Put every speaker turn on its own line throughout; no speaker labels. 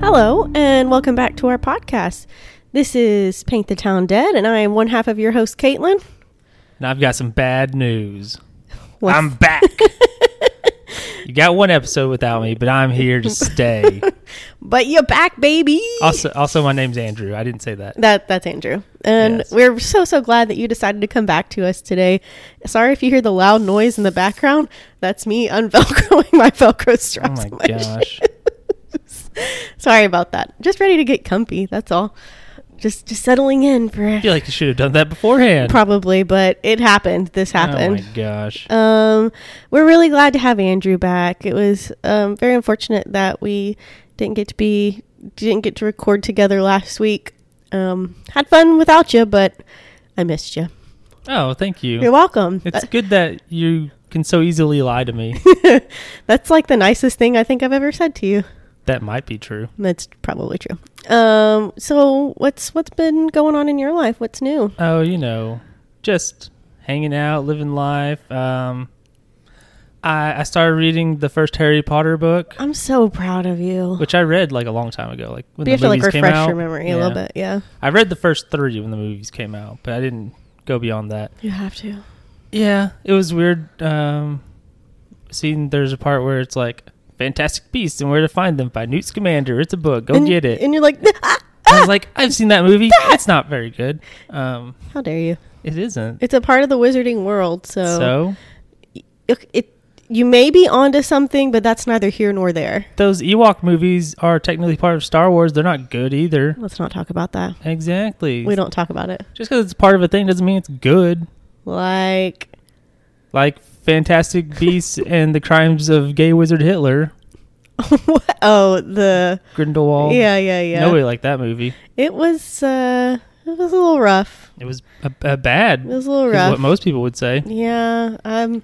Hello, and welcome back to our podcast. This is Paint the Town Dead, and I am one half of your host, Caitlin.
And I've got some bad news.
What's-
I'm back. you got one episode without me, but I'm here to stay.
But you're back, baby.
also, also my name's Andrew. I didn't say that.
That that's Andrew, and
Yes.
we're so so glad that you decided to come back to us today. Sorry if you hear the loud noise in the background. That's me unvelcroing my Velcro
Oh
straps.
my
on my shit.
gosh.
Sorry about that. Just ready to get comfy. That's all. Just just settling in for
I feel like you should have done that beforehand.
probably, but it happened. This happened.
Oh my gosh.
Um, we're really glad to have Andrew back. It was um, very unfortunate that we didn't get to be didn't get to record together last week. Um, had fun without you, but I missed you.
oh, thank you.
You're welcome.
It's
That-
good that you can so easily lie to me.
that's like the nicest thing I think I've ever said to you.
that might be true.
That's probably true. Um, so what's what's been going on in your life? What's new?
Oh, you know, just hanging out, living life. Um, I, I started reading the first Harry Potter book.
I'm so proud of you.
which I read like a long time ago, like when
You have
the
to like
movies came
refresh
out.
your memory a
Yeah.
little bit. Yeah,
I read the first three when the movies came out, but I didn't go beyond that.
you have to.
Yeah, it was weird. Um, seeing there's a part where it's like Fantastic Beasts and Where to Find Them by Newt Scamander. It's a book. Go
and,
get it.
And you're like, "Ah,
I was like, I've seen that movie. It's not very good. Um,
how dare you?
it isn't.
It's a part of the wizarding world, so,
so
it, it- you may be onto something, but that's neither here nor there.
those Ewok movies are technically part of Star Wars. They're not good either.
Let's not talk about that.
Exactly.
We don't talk about it.
Just because it's part of a thing doesn't mean it's good.
Like
like Fantastic Beasts and the Crimes of Gay Wizard Hitler,
what? Oh, the
Grindelwald.
yeah, yeah, yeah.
nobody liked that movie.
it was uh, it was a little rough.
It was a, a bad.
It was a little
is
rough.
what most people would say.
yeah. Um,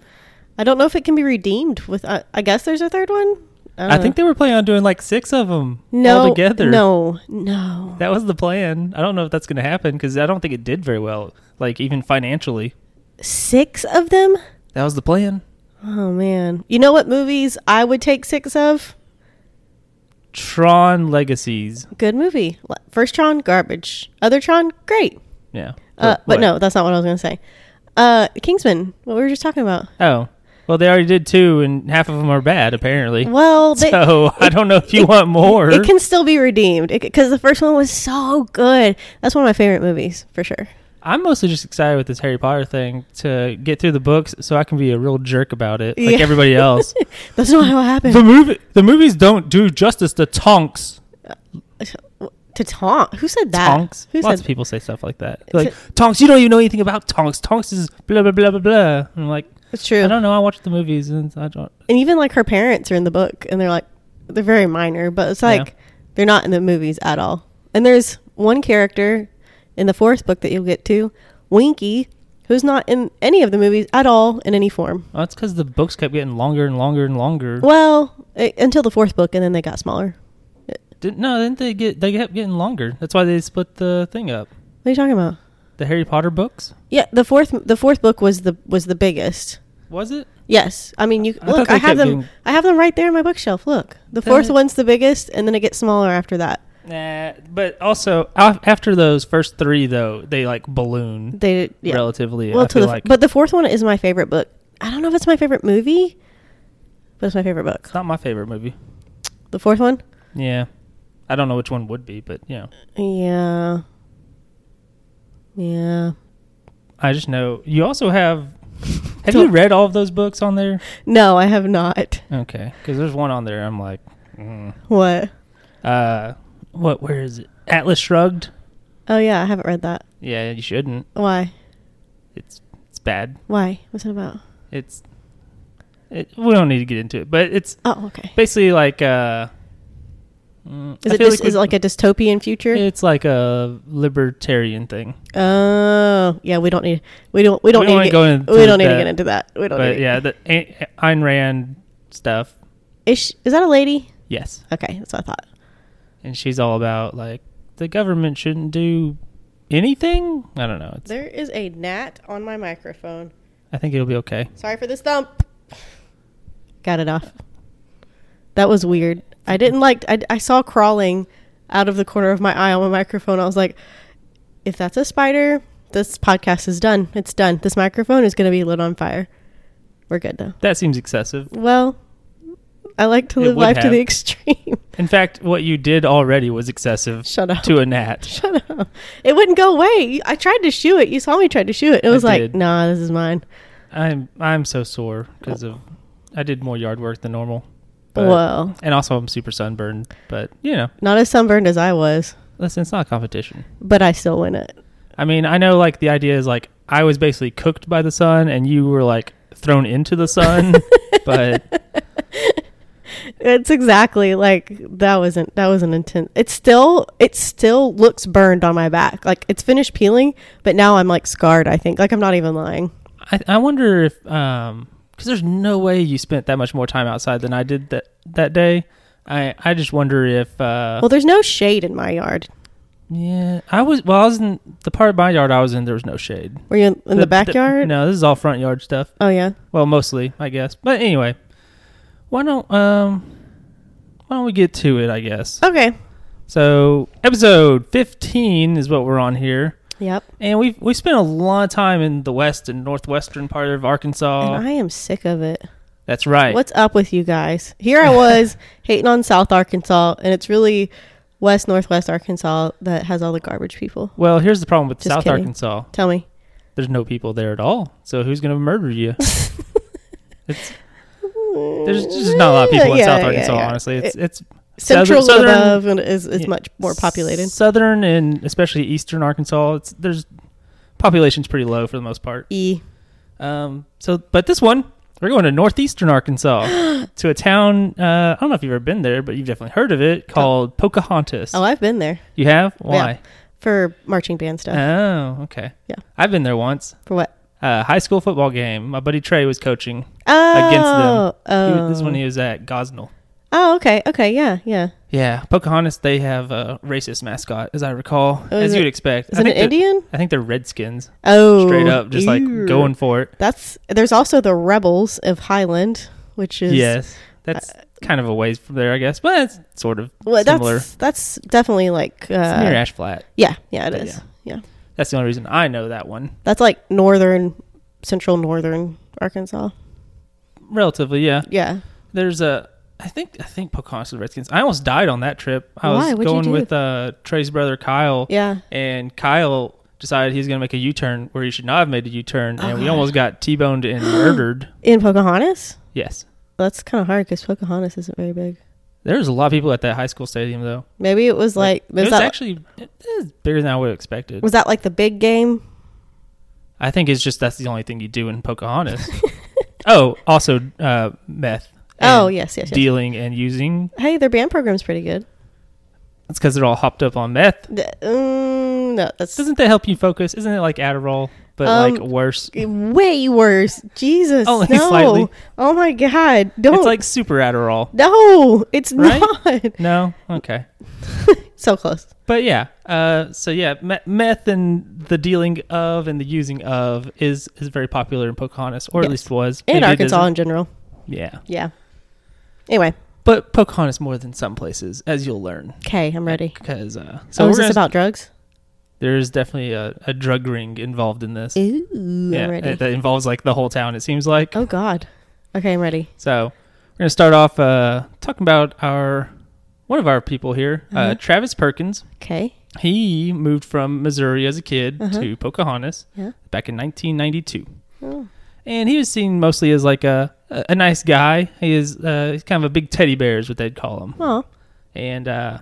I don't know if it can be redeemed with. Uh, I guess there's a third one.
I think they were planning on doing like six of them
no
all together.
No, no.
that was the plan. I don't know if that's going to happen because I don't think it did very well, like even financially.
Six of them.
That was the plan.
Oh man. You know what movies I would take six of?
Tron Legacies.
Good movie. Le- First Tron, garbage. Other Tron, great.
Yeah,
Uh, but
what?
no, that's not what I was going to say. Uh, Kingsman, what we were just talking about.
Oh, well, they already did two, and half of them are bad apparently.
Well, they,
Eh, so I don't know if you want more.
it can still be redeemed because the first one was so good. That's one of my favorite movies for sure.
I'm mostly just excited with this Harry Potter thing to get through the books so I can be a real jerk about it like
Yeah.
everybody else.
That's not how it happened.
the movie the movies don't do justice to Tonks.
to Tonks, who said that?
Tonks.
Who
Lots
said
of people say stuff like that. Like Tonks, you don't even know anything about Tonks. Tonks is blah blah blah blah blah. And I'm like,
It's true.
I don't know. I watched the movies and I don't.
and even like her parents are in the book, and they're like they're very minor, but it's like
Yeah.
they're not in the movies at all. And there's one character in the fourth book that you'll get to, Winky, who's not in any of the movies at all in any form.
Well, that's because the books kept getting longer and longer and longer.
Well, i until the fourth book, and then they got smaller.
Didn't, no, didn't they get? They kept getting longer. That's why they split the thing up.
What are you talking about?
The Harry Potter books
Yeah, the fourth the fourth book was the was the biggest.
was it?
Yes, I mean you
I thought
look.
they
I have
kept
them.
getting-
I have them right there in my bookshelf. Look, the
Damn
fourth
it.
one's the biggest, and then it gets smaller after that.
Nah, but also af- after those first three, though, they like balloon
They yeah.
relatively.
well
I
to
feel
the
like
but the fourth one is my favorite book. I don't know if it's my favorite movie, but it's my favorite book.
it's not my favorite movie.
The fourth one.
Yeah, I don't know which one would be, but you know,
Yeah. Yeah.
I just know you also have. Have you read all of those books on there?
No, I have not.
Okay, because there's one on there. I'm like, mm.
What?
uh, what? Where is it? Atlas Shrugged.
Oh yeah, I haven't read that.
Yeah, you shouldn't.
Why?
It's it's bad.
Why? What's it about?
It's. It, we don't need to get into it, but it's
Oh, okay.
basically like. uh mm,
Is
I
it
feel
just,
like
is it
we-
like a dystopian future?
It's like a libertarian thing,
Oh, yeah. We don't need. We don't. We don't
We
need.
wanna
to
go
get,
into
we don't need to
that.
get into that. We don't.
but
need
yeah, the A- Ayn Rand stuff.
Is, she- is that a lady?
Yes,
Okay, that's what I thought.
and she's all about like the government shouldn't do anything. I don't know. It's,
There is a gnat on my microphone.
I think it'll be okay.
Sorry for this thump. Got it off. That was weird. I didn't like. I, I saw crawling out of the corner of my eye on my microphone. I was like, if that's a spider, this podcast is done. It's done. This microphone is going to be lit on fire. We're good though.
That seems excessive.
Well, I like to
It
live
would
life to
have.
the extreme.
In fact, what you did already was excessive
Shut up.
to a gnat.
Shut up. It wouldn't go away. I tried to shoot it. You saw me try to shoot it. It
I
was like,
did.
nah, this is mine.
I'm I'm so sore because of I did more yard work than normal. But-
Well,
And also I'm super sunburned, but you know,
not as sunburned as I was,
listen, it's not a competition.
but I still win it.
I mean, I know like the idea is like I was basically cooked by the sun and you were like thrown into the sun, but
It's exactly like that wasn't that was an intent. It's still it still looks burned on my back. Like it's finished peeling, but now I'm like scarred. I think like I'm not even lying.
I, I wonder if um because there's no way you spent that much more time outside than I did that that day. I I just wonder if uh
Well, there's no shade in my yard.
yeah I was well I was in the part of my yard I was in there was no shade
Were you in, in the, backyard?
no, this is all front yard stuff.
Oh yeah.
Well, mostly, I guess. But anyway, why don't um why don't we get to it, I guess.
Okay.
So, episode 15 is what we're on here.
Yep.
And we've we spent a lot of time in the west and northwestern part of Arkansas.
And I am sick of it.
That's right.
What's up with you guys? Here I was hating on South Arkansas, and it's really West Northwest Arkansas that has all the garbage people.
Well, here's the problem with
Just
South
kidding.
Arkansas.
Tell me.
There's no people there at all. So, who's going to murder you? it's there's just not a lot of people in
Yeah,
South
yeah,
Arkansas,
yeah.
honestly. It's it's
Central
Southern-
and above and is, is
Yeah.
much more populated.
Southern and especially eastern Arkansas, it's there's population's pretty low for the most part.
E.
Um, so, but this one, we're going to northeastern Arkansas to a town. Uh, I don't know if you've ever been there, but you've definitely heard of it called Pocahontas.
Oh, I've been there
you have? Why?
for marching band stuff.
Oh, okay.
Yeah.
I've been there once.
for what?
Uh, high school football game. My buddy Trey was coaching.
Oh,
Against He
Oh.
was- this one he was at Gosnell.
oh, okay, okay, yeah, yeah.
Yeah, Pocahontas. They have a racist mascot, as I recall,
Oh, is
as
it-
you'd expect.
Is
I
it an
think they're-
Indian?
I think they're Redskins,
Oh,
straight up, just
ew.
like going for it.
That's there's also the rebels of Highland, which is
yes, that's kind of a ways from there, I guess, but it's sort of
Well,
similar.
that's that's definitely like
It's near
uh,
Ash Flat.
yeah, yeah, it
But
is. Yeah.
That's the only reason I know that one.
that's like northern, central northern Arkansas.
Relatively, yeah.
Yeah,
There's a, I think, I think Pocahontas to the Redskins. I almost died on that trip. I
Why?
was
What'd you
going
do?
with uh, Trey's brother Kyle,
yeah.
and Kyle decided he was going to make a U-turn where he should not have made a U-turn, and we almost got T-boned and murdered.
In Pocahontas,
Yes,
that's kind of hard because Pocahontas isn't very big.
there's a lot of people at that high school stadium though.
Maybe it was like,
it was
was that
actually it is bigger than I would have expected.
was that like the big game?
I think it's just that's the only thing you do in Pocahontas. oh, also uh, meth.
Oh
and
yes, yes, yes.
dealing and using.
Hey, their band program's pretty good.
It's because they're all hopped up on meth.
D- mm, no, that's
Doesn't that help you focus? Isn't it like Adderall, but
Um,
like worse?
way worse. Jesus,
Only
no.
slightly.
Oh my God, don't.
It's like super Adderall.
no, it's
Right?
not.
No, okay,
so close.
but yeah. Uh, so yeah, me- meth and the dealing of and the using of is is very popular in Pocahontas, or
Yes.
at least was
And
Maybe it
Arkansas
isn't.
in general.
Yeah,
Yeah. Anyway,
but Pocahontas more than some places, as you'll learn.
okay, I'm ready.
Because uh,
So
so
oh,
we're
is this
gonna-
about drugs?
there is definitely a, a drug ring involved in this.
Ooh,
yeah,
I'm ready.
that involves like the whole town. It seems like.
oh God. Okay, I'm ready.
So we're going to start off uh, talking about our one of our people here, uh,
Uh-huh.
Travis Perkins.
Okay.
He moved from Missouri as a kid
Uh-huh.
to Pocahontas
Yeah.
back in 1992,
Oh.
and he was seen mostly as like a a a nice guy. He is uh, he's kind of a big teddy bear is what they'd call him,
Well,
and uh,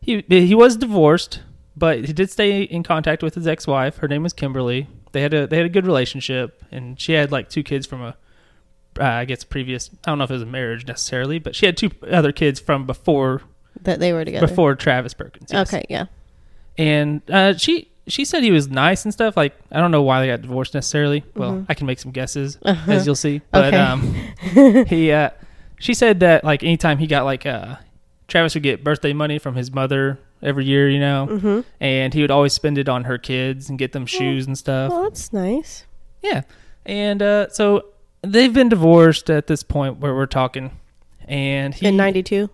he he was divorced, but he did stay in contact with his ex wife. Her name was Kimberly. They had a they had a good relationship, and she had like two kids from a uh, I guess previous. I don't know if it was a marriage necessarily, but she had two other kids from before
that they were together.
before Travis Perkins. yes.
Okay, yeah.
and uh, she she said he was nice and stuff. Like I don't know why they got divorced necessarily. Well, I can make some guesses as you'll see, but
Mm-hmm. Uh-huh. Okay.
um, he uh, she said that like anytime he got like uh, Travis would get birthday money from his mother every year, you know,
Mm-hmm.
and he would always spend it on her kids and get them shoes and stuff.
Well, that's nice.
Yeah. And uh, so they've been divorced at this point where we're talking. And he
In 92?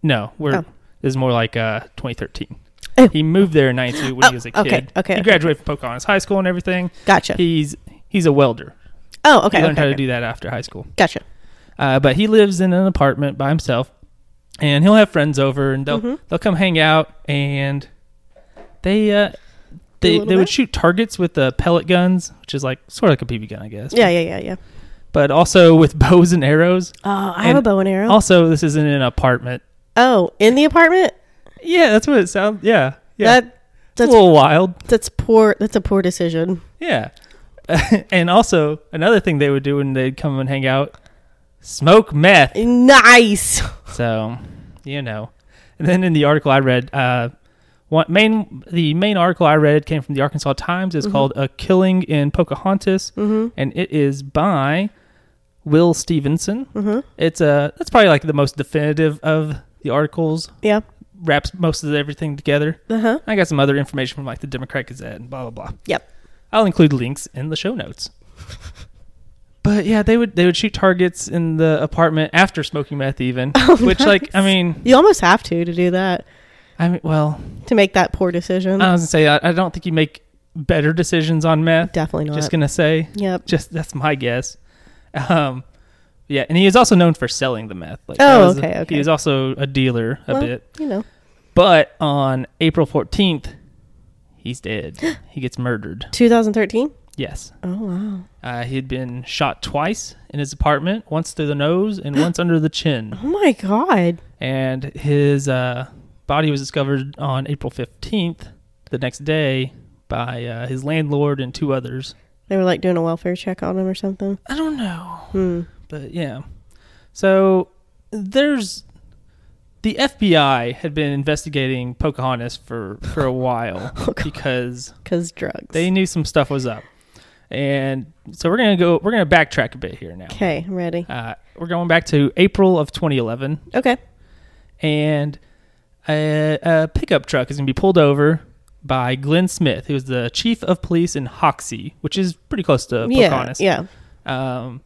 No, we're
Oh.
This is more like uh, 2013.
Oh.
He moved there in 92 when he was a
Oh,
kid.
okay, okay,
He
okay.
graduated from Pocahontas High School and everything.
Gotcha.
He's he's a welder.
oh, okay.
he learned
okay,
how
okay.
to do that after high school.
Gotcha.
Uh, but he lives in an apartment by himself, and he'll have friends over, and
Mm-hmm.
they'll they'll come hang out, and they uh,
Do a
they
little
they would
bit?
shoot targets with uh, pellet guns, which is like sort of like a BB gun, I guess.
Yeah, yeah, yeah, yeah.
But also with bows and arrows.
Oh, I have
And
a bow and arrow.
Also, this isn't an apartment.
oh, in the apartment?
Yeah, that's what it sounds. Yeah, yeah,
That
it's a
that's
little wild.
that's poor. That's a poor decision.
Yeah, and also another thing they would do when they'd come and hang out, smoke meth.
Nice.
So, you know. And then in the article I read, uh, one main the main article I read came from the Arkansas Times. It's called "A Killing in Pocahontas,"
Mm-hmm,
and it is by Will Stevenson.
mm-hmm.
It's a that's probably like the most definitive of the articles.
Yeah.
Wraps most of everything together.
Uh huh.
I got some other information from like the Democrat Gazette and blah blah blah.
Yep.
I'll include links in the show notes. But yeah, they would they would shoot targets in the apartment after smoking meth, even
Oh,
which like I mean
You almost have to to do that
I mean well
to make that poor decision.
I was gonna say I, I don't think you make better decisions on meth.
Definitely not.
Just gonna say
yep.
just that's my guess. Um, yeah, and he was also known for selling the meth. Like,
Oh,
that was-
okay, okay.
He was also a dealer a
Well,
bit.
You know.
But on April fourteenth, he's dead. he gets murdered.
2013.
Yes.
Oh wow.
Uh, he had been shot twice in his apartment, once through the nose and once under the chin.
Oh my god.
And his uh, body was discovered on April 15th, the next day, by uh, his landlord and two others.
They were like doing a welfare check on him or something.
I don't know.
Hmm.
But yeah. So there's. The FBI had been investigating Pocahontas for, for a while
Oh, God.
because
Cause drugs.
they knew some stuff was up. And so we're going to go, we're going to backtrack a bit here now.
Okay, I'm ready.
Uh, we're going back to April of 2011,
Okay.
and a, a pickup truck is going to be pulled over by Glenn Smith, who is the chief of police in Hoxie, which is pretty close to
yeah.
Pocahontas.
Yeah.
Um,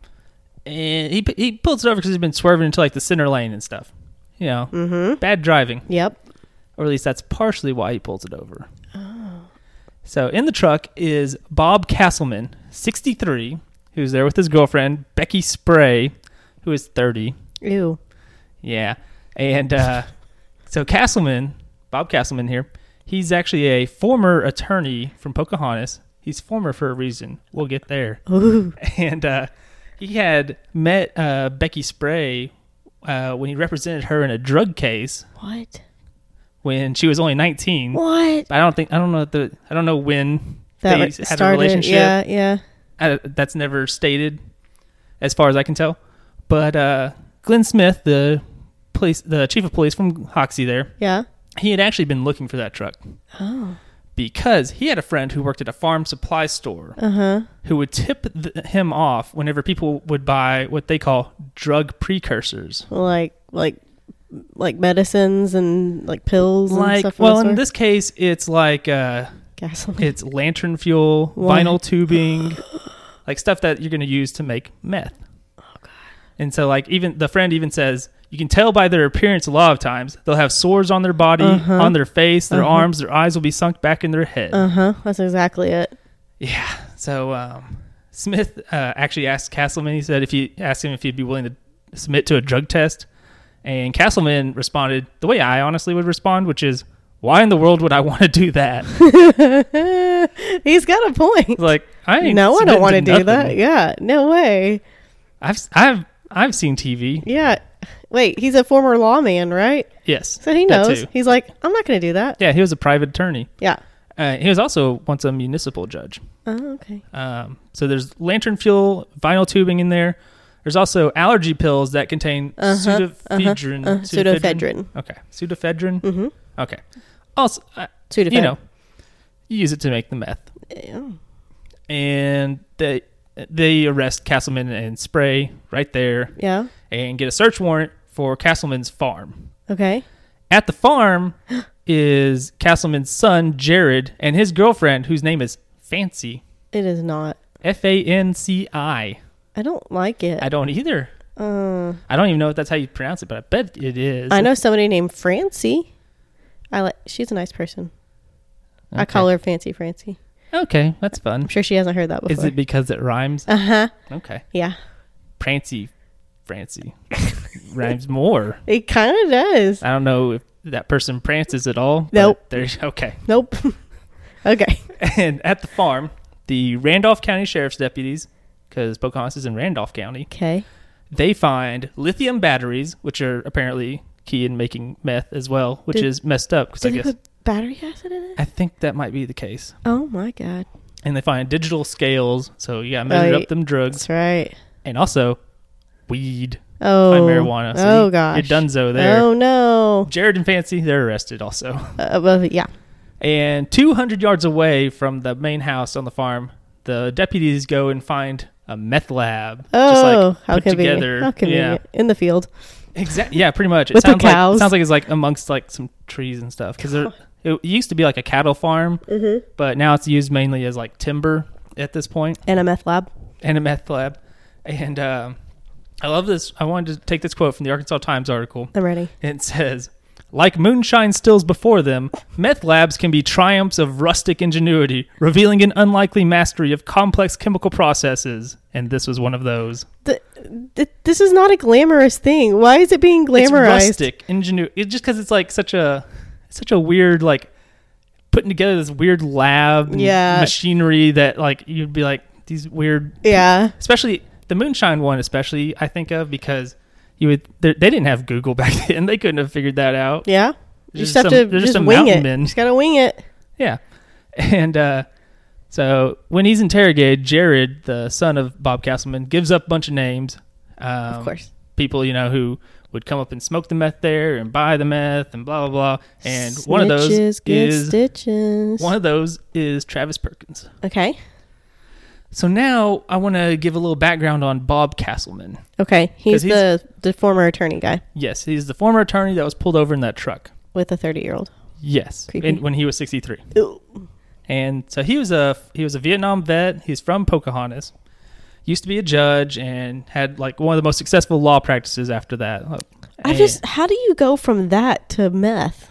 and he he pulls it over because he's been swerving into like the center lane and stuff. You know,
Mm-hmm.
bad driving,
Yep.
or at least that's partially why he pulls it over.
Oh.
So in the truck is Bob Castleman, 63, who's there with his girlfriend Becky Spray, who is 30.
Ew.
Yeah. And uh, so Castleman, Bob Castleman here, he's actually a former attorney from Pocahontas. He's former for a reason. We'll get there.
Ooh.
And uh, he had met uh, Becky Spray uh, when he represented her in a drug case
What?
when she was only 19.
What?
I don't think I don't know the I don't know when
That
they
like,
had
started.
a relationship.
Yeah. Yeah.
I, that's never stated, as far as I can tell. But uh, Glenn Smith, the police, the chief of police from Hoxie, there,
Yeah.
he had actually been looking for that truck
Oh.
because he had a friend who worked at a farm supply store
Uh huh.
who would tip th- him off whenever people would buy what they call drug precursors.
Like like like medicines and like pills and
Like,
stuff.
well, in
and
this case, it's like uh,
gasoline.
it's lantern fuel,
What?
vinyl tubing, like stuff that you're going to use to make meth.
Oh,
And so, like, even the friend even says you can tell by their appearance. A lot of times, they'll have sores on their body,
Uh-huh.
on their face, their
Uh-huh.
arms. Their eyes will be sunk back in their head.
Uh huh. That's exactly it.
Yeah. So um, Smith uh, actually asked Castleman. He said if he asked him if he'd be willing to submit to a drug test, and Castleman responded the way I honestly would respond, which is, "Why in the world would I want to do that?"
He's got a point.
like I ain't
no, I don't want to
submitting
do that.
nothing.
Yeah. No way.
I've I've I've seen TV.
Yeah. Wait, he's a former lawman, right?
Yes.
So he
that
knows.
too.
He's like, I'm not going to do that.
Yeah, he was a private attorney.
Yeah.
Uh, he was also once a municipal judge.
Oh, okay.
Um, so there's lantern fuel, vinyl tubing in there. There's also allergy pills that contain
Uh-huh,
pseudoephedrine.
uh-huh. Pseudoephedrine.
Okay, pseudoephedrine.
Mm-hmm.
Okay. Also, uh,
Two
you know, you use it to make the meth.
know.
And they they arrest Castleman and Spray right there
Yeah.
and get a search warrant for Castleman's farm.
Okay.
At the farm is Castleman's son Jared and his girlfriend, whose name is Fancy.
It is not.
F A N C I.
I don't like it.
I don't either.
Uh,
I don't even know if that's how you pronounce it, but I bet it is.
I know somebody named Francie. I like. She's a nice person. I call her Fancy Francie.
Okay, that's
I'm
fun.
sure she hasn't heard that
Is
before.
it because it rhymes?
uh huh.
Okay,
Yeah.
prancy, Francie rhymes more.
It kind of does.
I don't know if that person prances at all. but
Nope.
There's okay.
Nope. okay.
And at the farm, the Randolph County Sheriff's deputies, because Pocahontas is in Randolph County,
Okay.
they find lithium batteries, which are apparently key in making meth as well, which
Did-
is messed up because I
Did
guess
they put battery acid in it?
I think that might be the case.
Oh my god.
And they find digital scales, so you gotta measure
Right.
up them drugs,
That's right.
and also weed,
Oh.
find marijuana. So
oh
you-
gosh.
you're donezo there.
Oh no.
Jared and Fancy, they're arrested also.
Uh, well, yeah.
And 200 yards away from the main house on the farm, the deputies go and find a meth lab.
Oh, how
put
convenient. How
Yeah,
convenient. In the field.
exactly. Yeah, pretty much. It
With the
sounds
cows.
Like, sounds like it's like amongst like some trees and stuff because it used to be like a cattle farm,
Mm-hmm.
but now it's used mainly as like timber at this point
In a meth lab.
and a meth lab. And um, I love this. I wanted to take this quote from the Arkansas Times article.
I'm ready.
It says, like moonshine stills before them, meth labs can be triumphs of rustic ingenuity, revealing an unlikely mastery of complex chemical processes. And this was one of those.
Th- th- this is not a glamorous thing. Why is it being glamorized?
It's rustic ingenuity. It's just because it's like such a, such a weird like putting together this weird lab and
Yeah.
machinery that like you'd be like these weird
Yeah.
especially the moonshine one especially I think of because you would they they didn't have Google back then they couldn't have figured that out
Yeah. You
There's
just have to
some- there's
just
some
wing
mountain
it.
men.
Just gotta wing it.
Yeah. And uh, so when he's interrogated, Jared, the son of Bob Castleman, gives up a bunch of names. Um,
Of course.
People, you know, who would come up and smoke the meth there and buy the meth and blah, blah, blah. And one of those
Snitches get
is
stitches.
one of those is Travis Perkins.
Okay.
So now I want to give a little background on Bob Castleman.
Okay. He's,
'Cause he's-
the the former attorney guy
Yes, he's the former attorney that was pulled over in that truck.
with a thirty year old.
Yes,
Creepy.
in- when he was 63. and so he was a he was a Vietnam vet. He's from Pocahontas. Used to be a judge and had like one of the most successful law practices after that.
I
And-
just how do you go from that to meth?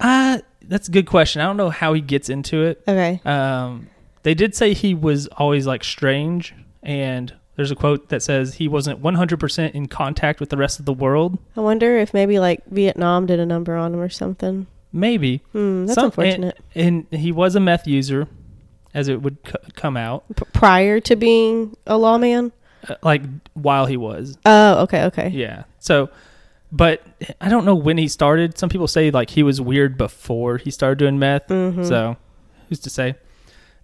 uh, that's a good question. I don't know how he gets into it.
Okay.
Um, they did say he was always like strange, and there's a quote that says he wasn't 100% in contact with the rest of the world.
I wonder if maybe like Vietnam did a number on him or something.
Maybe
Hmm, that's
Some-
unfortunate.
And, and he was a meth user, as it would c- come out,
P- prior to being a lawman.
uh, like while he was.
Oh, okay, okay.
Yeah. So, but I don't know when he started. Some people say like he was weird before he started doing meth.
Mhm.
So, who's to say?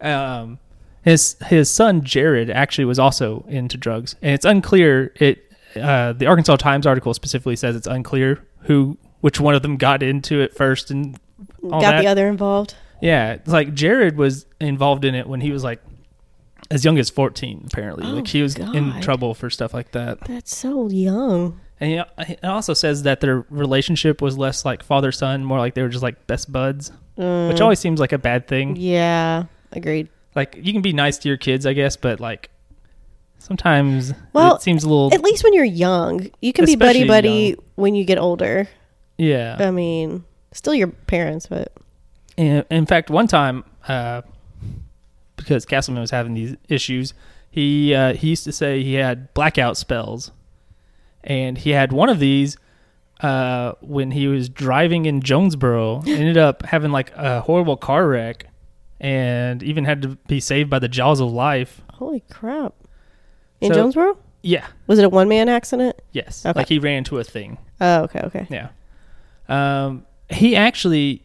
Um, his his son Jared actually was also into drugs, and it's unclear. It uh, the Arkansas Times article specifically says it's unclear who which one of them got into it first and all
Got
that.
the other involved.
Yeah, it's like Jared was involved in it when he was like as young as 14 apparently.
Oh,
like he was in
God.
trouble for stuff like that.
That's so young.
And you know, it also says that their relationship was less like father son, more like they were just like best buds,
Mm,
which always seems like a bad thing.
Yeah, agreed.
Like you can be nice to your kids, I guess, but like sometimes
Well,
it seems a little
At least when you're young, you can be buddy
Especially
buddy
young.
when you get older.
yeah.
I mean, still your parents, but
And in fact, one time, uh, because Castleman was having these issues, he uh, he used to say he had blackout spells, and he had one of these uh, when he was driving in Jonesboro. ended up having like a horrible car wreck, and even had to be saved by the jaws of life.
holy crap! In
So-
Jonesboro,
Yeah.
was it a one man accident?
Yes.
Okay.
Like he ran into a thing.
Oh, okay, okay.
Yeah. Um, he actually,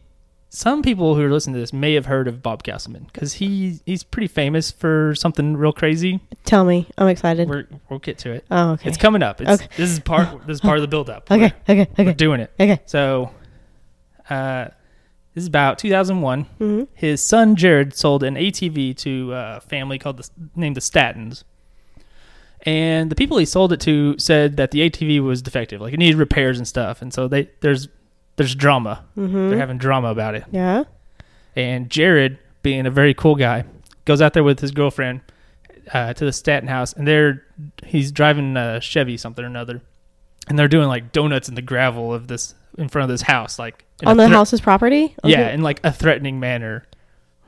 some people who are listening to this may have heard of Bob Castleman because he he's pretty famous for something real crazy.
Tell me, I'm excited.
We're, we'll get to it.
oh, okay.
It's coming up. It's,
Okay.
This is part. This is part of the build up.
okay, okay,
We're, we're
okay,
doing it.
okay.
So, uh, this is about 2001.
Mhm.
His son Jared sold an ATV to a family called the, named the Statons. And the people he sold it to said that the ATV was defective, like it needed repairs and stuff. And so they there's there's drama.
Mm-hmm.
They're having drama about it.
Yeah.
And Jared, being a very cool guy, goes out there with his girlfriend uh, to the Staten House, and they're he's driving a Chevy something or another, and they're doing like donuts in the gravel of this in front of this house, like in
on
a
the
thre-
house's property. On
Yeah,
the-
in like a threatening manner.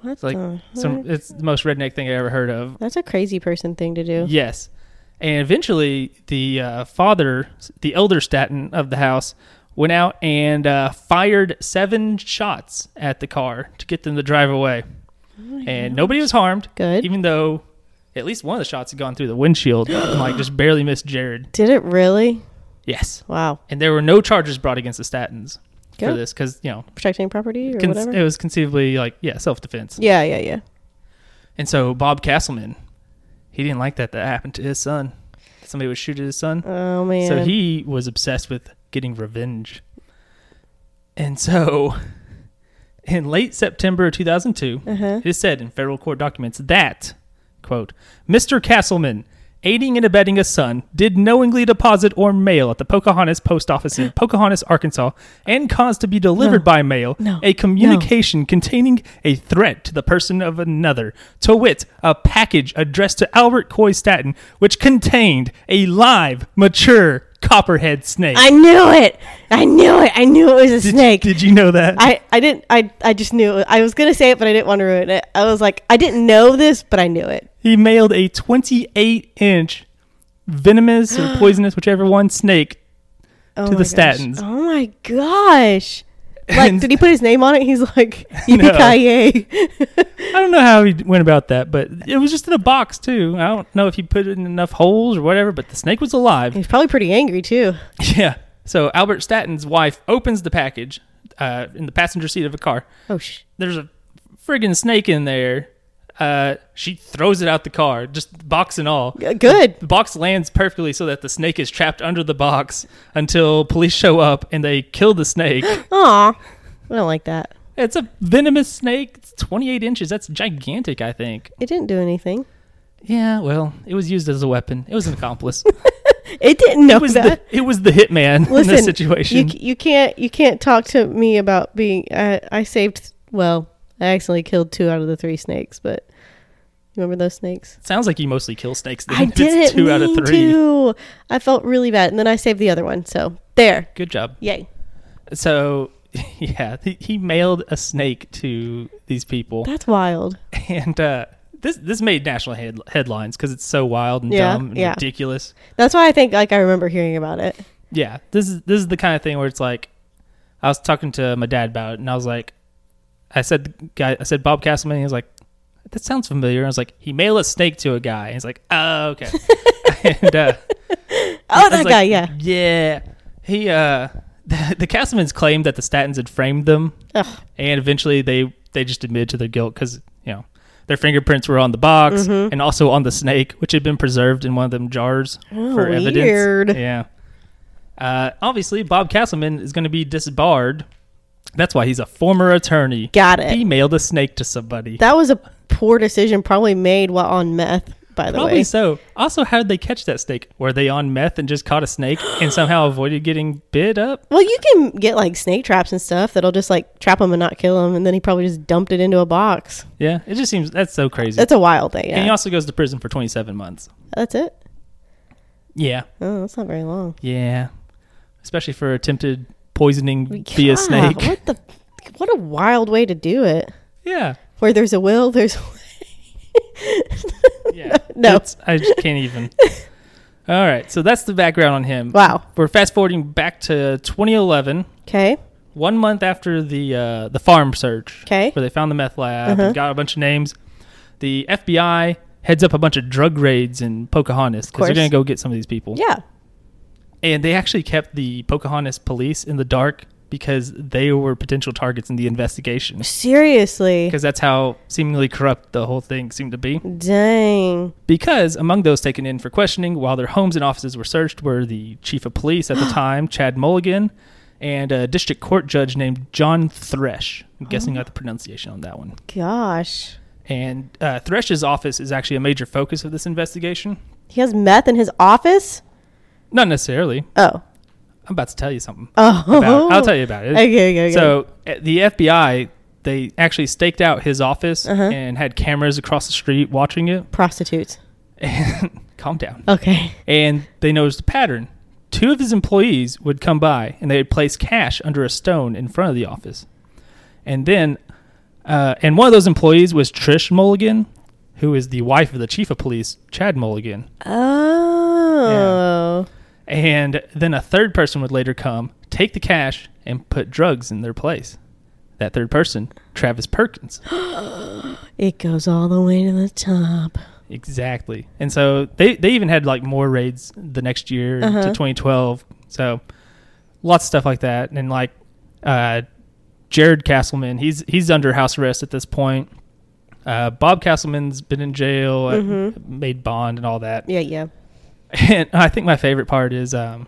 what
like
the heck?
Some it's the most redneck thing I ever heard of.
That's a crazy person thing to do.
Yes. And eventually, the uh, father, the elder Staten of the house, went out and uh, fired seven shots at the car to get them to drive away. and nobody was harmed,
Oh Good.
even though at least one of the shots had gone through the windshield and like just barely missed Jared.
Did it really?
Yes.
Wow.
And there were no charges brought against the Statens for
Good.
this because, you know,
Protecting property or
con-
whatever.
it was conceivably like, yeah, self defense.
yeah, yeah, yeah.
And so Bob Castleman, he didn't like that that happened to his son. Somebody would shoot at his son.
Oh man.
So he was obsessed with getting revenge. And so in late September of 2002,
Uh-huh.
it is said in federal court documents that, quote, Mr. Castleman, aiding and abetting a son, did knowingly deposit or mail at the Pocahontas post office in Pocahontas, Arkansas, and cause to be delivered
No.
by mail
No.
a communication containing a threat to the person of another, to wit, a package addressed to Albert Coy Staten, which contained a live, mature copperhead snake.
I knew it. I knew it. I knew it was a
did,
snake.
Did you know that?
I, I didn't I, I just knew it. I was gonna say it but I didn't want to ruin it. I was like I didn't know this but I knew it.
He mailed a 28 inch venomous or poisonous, whichever one, snake.
Oh
To
my
the
gosh.
statins.
Oh my gosh! Like
And-
did he put his name on it? He's like
No.
yippee
I don't know how he went about that, but it was just in a box, too. I don't know if he put it in enough holes or whatever, but the snake was alive.
He's probably pretty angry too.
yeah. So Albert Staten's wife opens the package uh, in the passenger seat of a car.
Oh sh!
There's a friggin' snake in there. Uh, she throws it out the car, just box and all.
G- Good.
The box lands perfectly so that the snake is trapped under the box until police show up and they kill the snake.
Aw, I don't like that.
It's a venomous snake. It's 28 inches. That's gigantic, I think.
It didn't do anything.
Yeah, well, it was used as a weapon. It was an accomplice.
It didn't know
it was
that.
the it was the hitman in this situation.
You, c- you can't you can't talk to me about being. I, I saved. Well, I accidentally killed two out of the three snakes, but you remember those snakes?
Sounds like you mostly kill snakes. Then,
I
if it's
didn't
two out of
mean
three.
to. I felt really bad, and then I saved the other one. So there,
Good job.
yay.
So, yeah, he, he mailed a snake to these people,
That's wild.
and uh, this this made national head, headlines because it's so wild and
Yeah,
dumb and
yeah.
ridiculous.
That's why I think like I remember hearing about it.
Yeah, this is this is the kind of thing where it's like, I was talking to my dad about it, and I was like, I said the guy, I said Bob Castleman, and he was like, that sounds familiar. And I was like, he mailed a snake to a guy, and he's like, oh okay, and uh, I
Oh,
was
that
like,
guy. Yeah.
yeah, he uh, the, the Castlemans claimed that the Statins had framed them,
Ugh.
and eventually they they just admitted to their guilt because you know their fingerprints were on the box
Mm-hmm.
and also on the snake, which had been preserved in one of them jars
Oh,
for evidence.
weird.
Yeah. Uh, obviously, Bob Castleman is going to be disbarred. That's why he's a former attorney.
Got it.
He mailed a snake to somebody.
That was a poor decision, probably made while on meth. By the
Probably
way,
so. Also, how did they catch that snake? Were they on meth and just caught a snake and somehow avoided getting bit up?
Well, you can get like snake traps and stuff that'll just like trap him and not kill him, and then he probably just dumped it into a box.
Yeah, it just seems that's so crazy.
That's a wild thing.
And
Yeah.
he also goes to prison for 27 months.
that's it.
Yeah,
Oh, that's not very long.
yeah. Especially for attempted poisoning via
Yeah,
snake.
What the? What a wild way to do it.
Yeah,
Where there's a will, there's. a way.
yeah.
No.
It's- I just can't even. All right, so that's the background on him.
wow.
We're fast forwarding back to 2011,
Okay.
one month after the uh, the farm search,
'Kay.
where they found the meth lab
Uh-huh.
and got a bunch of names. The FBI heads up a bunch of drug raids in Pocahontas because they're
course.
going to go get some of these people.
Yeah.
And they actually kept the Pocahontas police in the dark because they were potential targets in the investigation.
Seriously.
Because that's how seemingly corrupt the whole thing seemed to be.
Dang.
Because among those taken in for questioning while their homes and offices were searched were the chief of police at the time, Chad Mulligan, and a district court judge named John Thresh. I'm
Oh.
guessing at the pronunciation on that one.
Gosh.
And uh, Thresh's office is actually a major focus of this investigation.
He has meth in his office.
Not necessarily.
Oh.
I'm about to tell you something.
Oh.
About, I'll tell you about it.
Okay. Okay. okay.
So uh, the FBI, they actually staked out his office
Uh-huh.
and had cameras across the street watching it.
prostitutes.
And calm down.
Okay.
And they noticed a pattern. two of his employees would come by and they would place cash under a stone in front of the office. And then, uh, and one of those employees was Trish Mulligan, who is the wife of the chief of police, Chad Mulligan.
Oh.
And then a third person would later come, take the cash, and put drugs in their place. That third person, Travis Perkins.
It goes all the way to the top.
Exactly. And so they, they even had like more raids the next year
Uh-huh.
to 2012. So lots of stuff like that. And like uh, Jared Castleman, he's he's under house arrest at this point. Uh, Bob Castleman's been in jail, uh,
Mhm.
made bond and all that.
Yeah, yeah.
And I think my favorite part is um,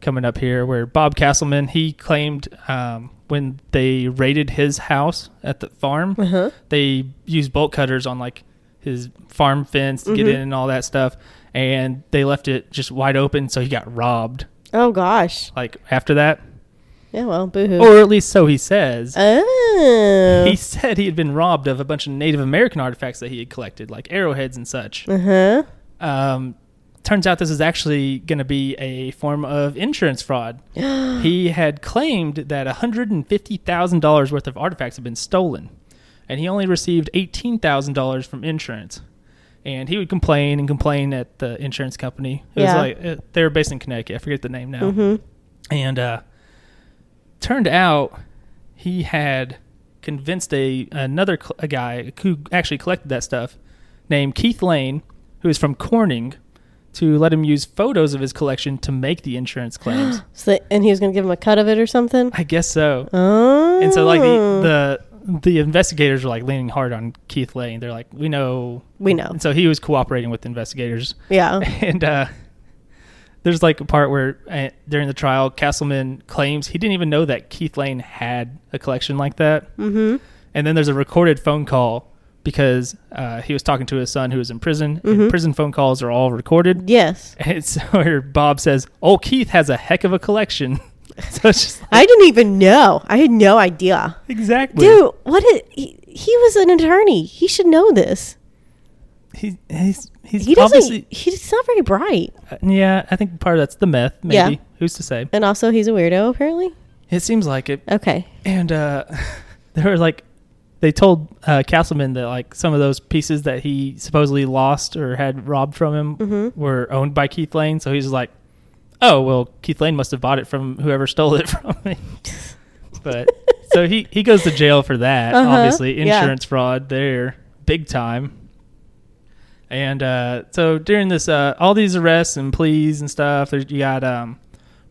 coming up here where Bob Castleman, he claimed um, when they raided his house at the farm,
Uh huh.
they used bolt cutters on like his farm fence to get
Mhm.
in and all that stuff and they left it just wide open so he got robbed
Oh gosh.
like after that
Yeah. Well, boohoo.
or at least so he says
oh.
he said he had been robbed of a bunch of native american artifacts that he had collected like arrowheads and such
Uh huh.
um, turns out this is actually going to be a form of insurance fraud he had claimed that $150,000 worth of artifacts had been stolen, and he only received $18,000 from insurance. And he would complain and complain at the insurance company. It
Yeah.
was like uh, they were based in Connecticut. I forget the name now.
Mhm.
And uh, turned out he had convinced a another cl- a guy who actually collected that stuff, named Keith Lane, who is from Corning, to let him use photos of his collection to make the insurance claims.
So that, and he was gonna give him a cut of it or something.
I guess so.
Oh.
And so like the, the the investigators were like leaning hard on Keith Lane. They're like, we know,
We know.
And so he was cooperating with investigators.
yeah.
And uh, there's like a part where uh, during the trial, Castleman claims he didn't even know that Keith Lane had a collection like that.
Mm-hmm.
And then there's a recorded phone call because uh, he was talking to his son who was in prison.
Mhm.
And prison phone calls are all recorded.
Yes.
And so where Bob says, "Oh, Keith has a heck of a collection." so it's just
I didn't even know. I had no idea.
exactly
Dude, what is, he, he was an attorney. He should know this.
He, he's he's
He
obviously
doesn't. He's not very bright,
uh, yeah. I think part of that's the myth. Maybe
Yeah.
who's to say?
and also he's a weirdo apparently.
It seems like it.
Okay.
And uh, there were like they told uh, Castleman that like some of those pieces that he supposedly lost or had robbed from him
Mhm.
were owned by Keith Lane. So he's like, oh well, Keith Lane must have bought it from whoever stole it from me. but so he he goes to jail for that.
Uh-huh.
Obviously,
Yeah.
insurance fraud there, big time. And uh, so during this, uh, all these arrests and pleas and stuff, there, you got um,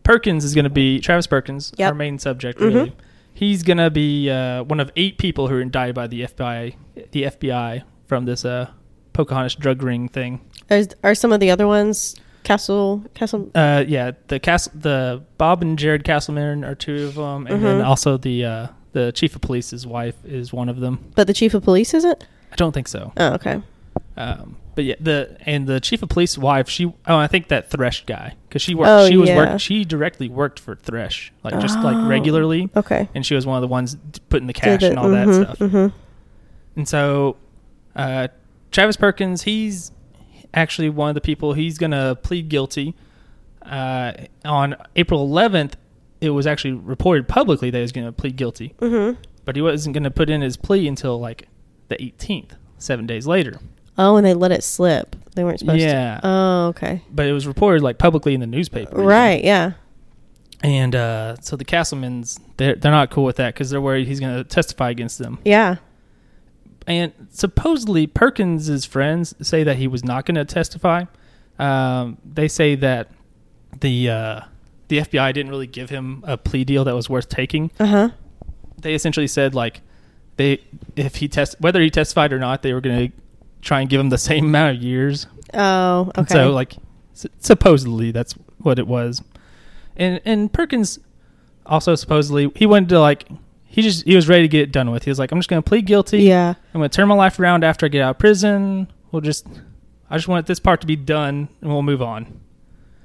Perkins is going to be Travis Perkins,
Yep.
our main subject.
Mhm.
Really, he's going to be uh, one of eight people who are indicted by the FBI, the FBI from this uh, Pocahontas drug ring thing.
Are, are some of the other ones Castle Castle?
Uh, yeah, the cast, the Bob and Jared Castleman are two of them, and then
Mhm.
also the uh, the chief of police's wife is one of them.
but the chief of police isn't.
I don't think so.
Oh, okay.
Um, but yeah, the and the chief of police wife, she oh, I think that Thresh guy because she worked,
Oh,
she was
yeah.
work, she directly worked for Thresh, like just like
Oh.
regularly,
Okay.
and she was one of the ones d- putting the cash
Did it-
and all
mhm,
that stuff.
mhm.
And so, uh, Travis Perkins, he's actually one of the people. He's going to plead guilty. Uh, on April 11th, it was actually reported publicly that he was going to plead guilty,
Mhm.
but he wasn't going to put in his plea until like the 18th, seven days later.
Oh, and they let it slip. They weren't supposed
Yeah.
to. Oh, okay.
But it was reported like publicly in the newspaper. even.
Right. Yeah.
And uh, so the Castlemans, they're, they're not cool with that because they're worried he's going to testify against them.
Yeah.
and supposedly Perkins's friends say that he was not going to testify. Um, they say that the uh, the FBI didn't really give him a plea deal that was worth taking.
Uh huh.
They essentially said like they if he test whether he testified or not, they were going to try and give him the same amount of years.
Oh,
And
okay.
so like s- supposedly that's what it was. And and Perkins also supposedly he wanted to like he just he was ready to get it done with. He was like I'm just going to plead guilty.
yeah.
I'm gonna turn my life around after I get out of prison. We'll just, I just want this part to be done, and we'll move on.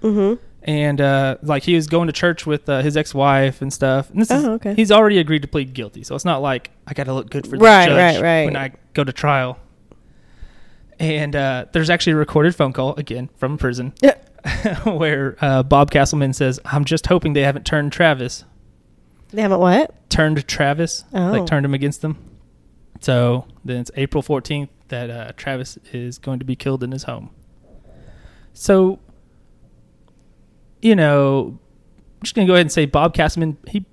Mm-hmm.
And uh, like he was going to church with uh, his ex-wife and stuff. And this is,
Oh, okay.
He's already agreed to plead guilty, so it's not like I got to look good for the
Right,
judge
right, right.
when I go to trial. And uh, there's actually a recorded phone call again from prison where uh, Bob Castleman says, "I'm just hoping they haven't turned Travis,
They haven't what?
turned Travis,
Oh.
like turned him against them." So then it's April 14th that uh, Travis is going to be killed in his home. So, you know, I'm just gonna go ahead and say Bob Castleman he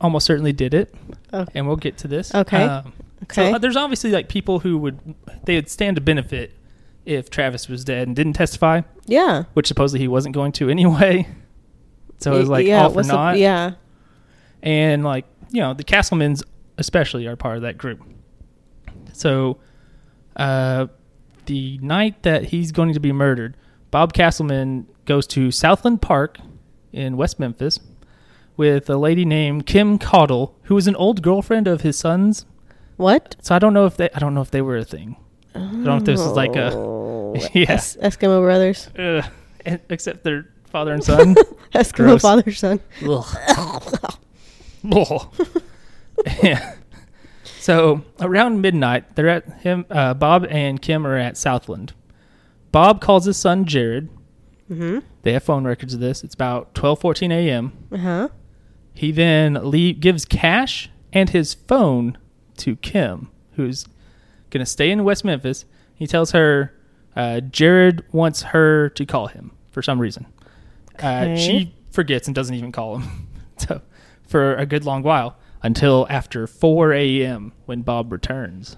almost certainly did it,
Oh.
and we'll get to this.
Okay. Okay.
So uh, there's obviously like people who would they would stand to benefit if Travis was dead and didn't testify
Yeah.
which supposedly he wasn't going to anyway. So it was
Y-
like
yeah,
all for
what's the-
naught.
yeah.
And like, you know, the Castlemans especially are part of that group. So uh, the night that he's going to be murdered, Bob Castleman goes to Southland Park in West Memphis with a lady named Kim Caudle, who is an old girlfriend of his son's.
What?
So I don't know if they I don't know if they were a thing.
I don't
know if this is like a-
Oh.
Yeah.
Eskimo brothers.
Ugh. And- e, except their father and son.
Eskimo
Gross.
father son.
Ugh. yeah. So around midnight, they're at him. Uh, Bob and Kim are at Southland. Bob calls his son Jared.
mm-hmm.
They have phone records of this. It's about twelve fourteen a.m.
Uh huh.
He then le gives cash and his phone to Kim, who's going to stay in West Memphis. He tells her uh, Jared wants her to call him for some reason. Uh,
Okay.
she forgets and doesn't even call him so, for a good long while until after 4 a.m. when Bob returns.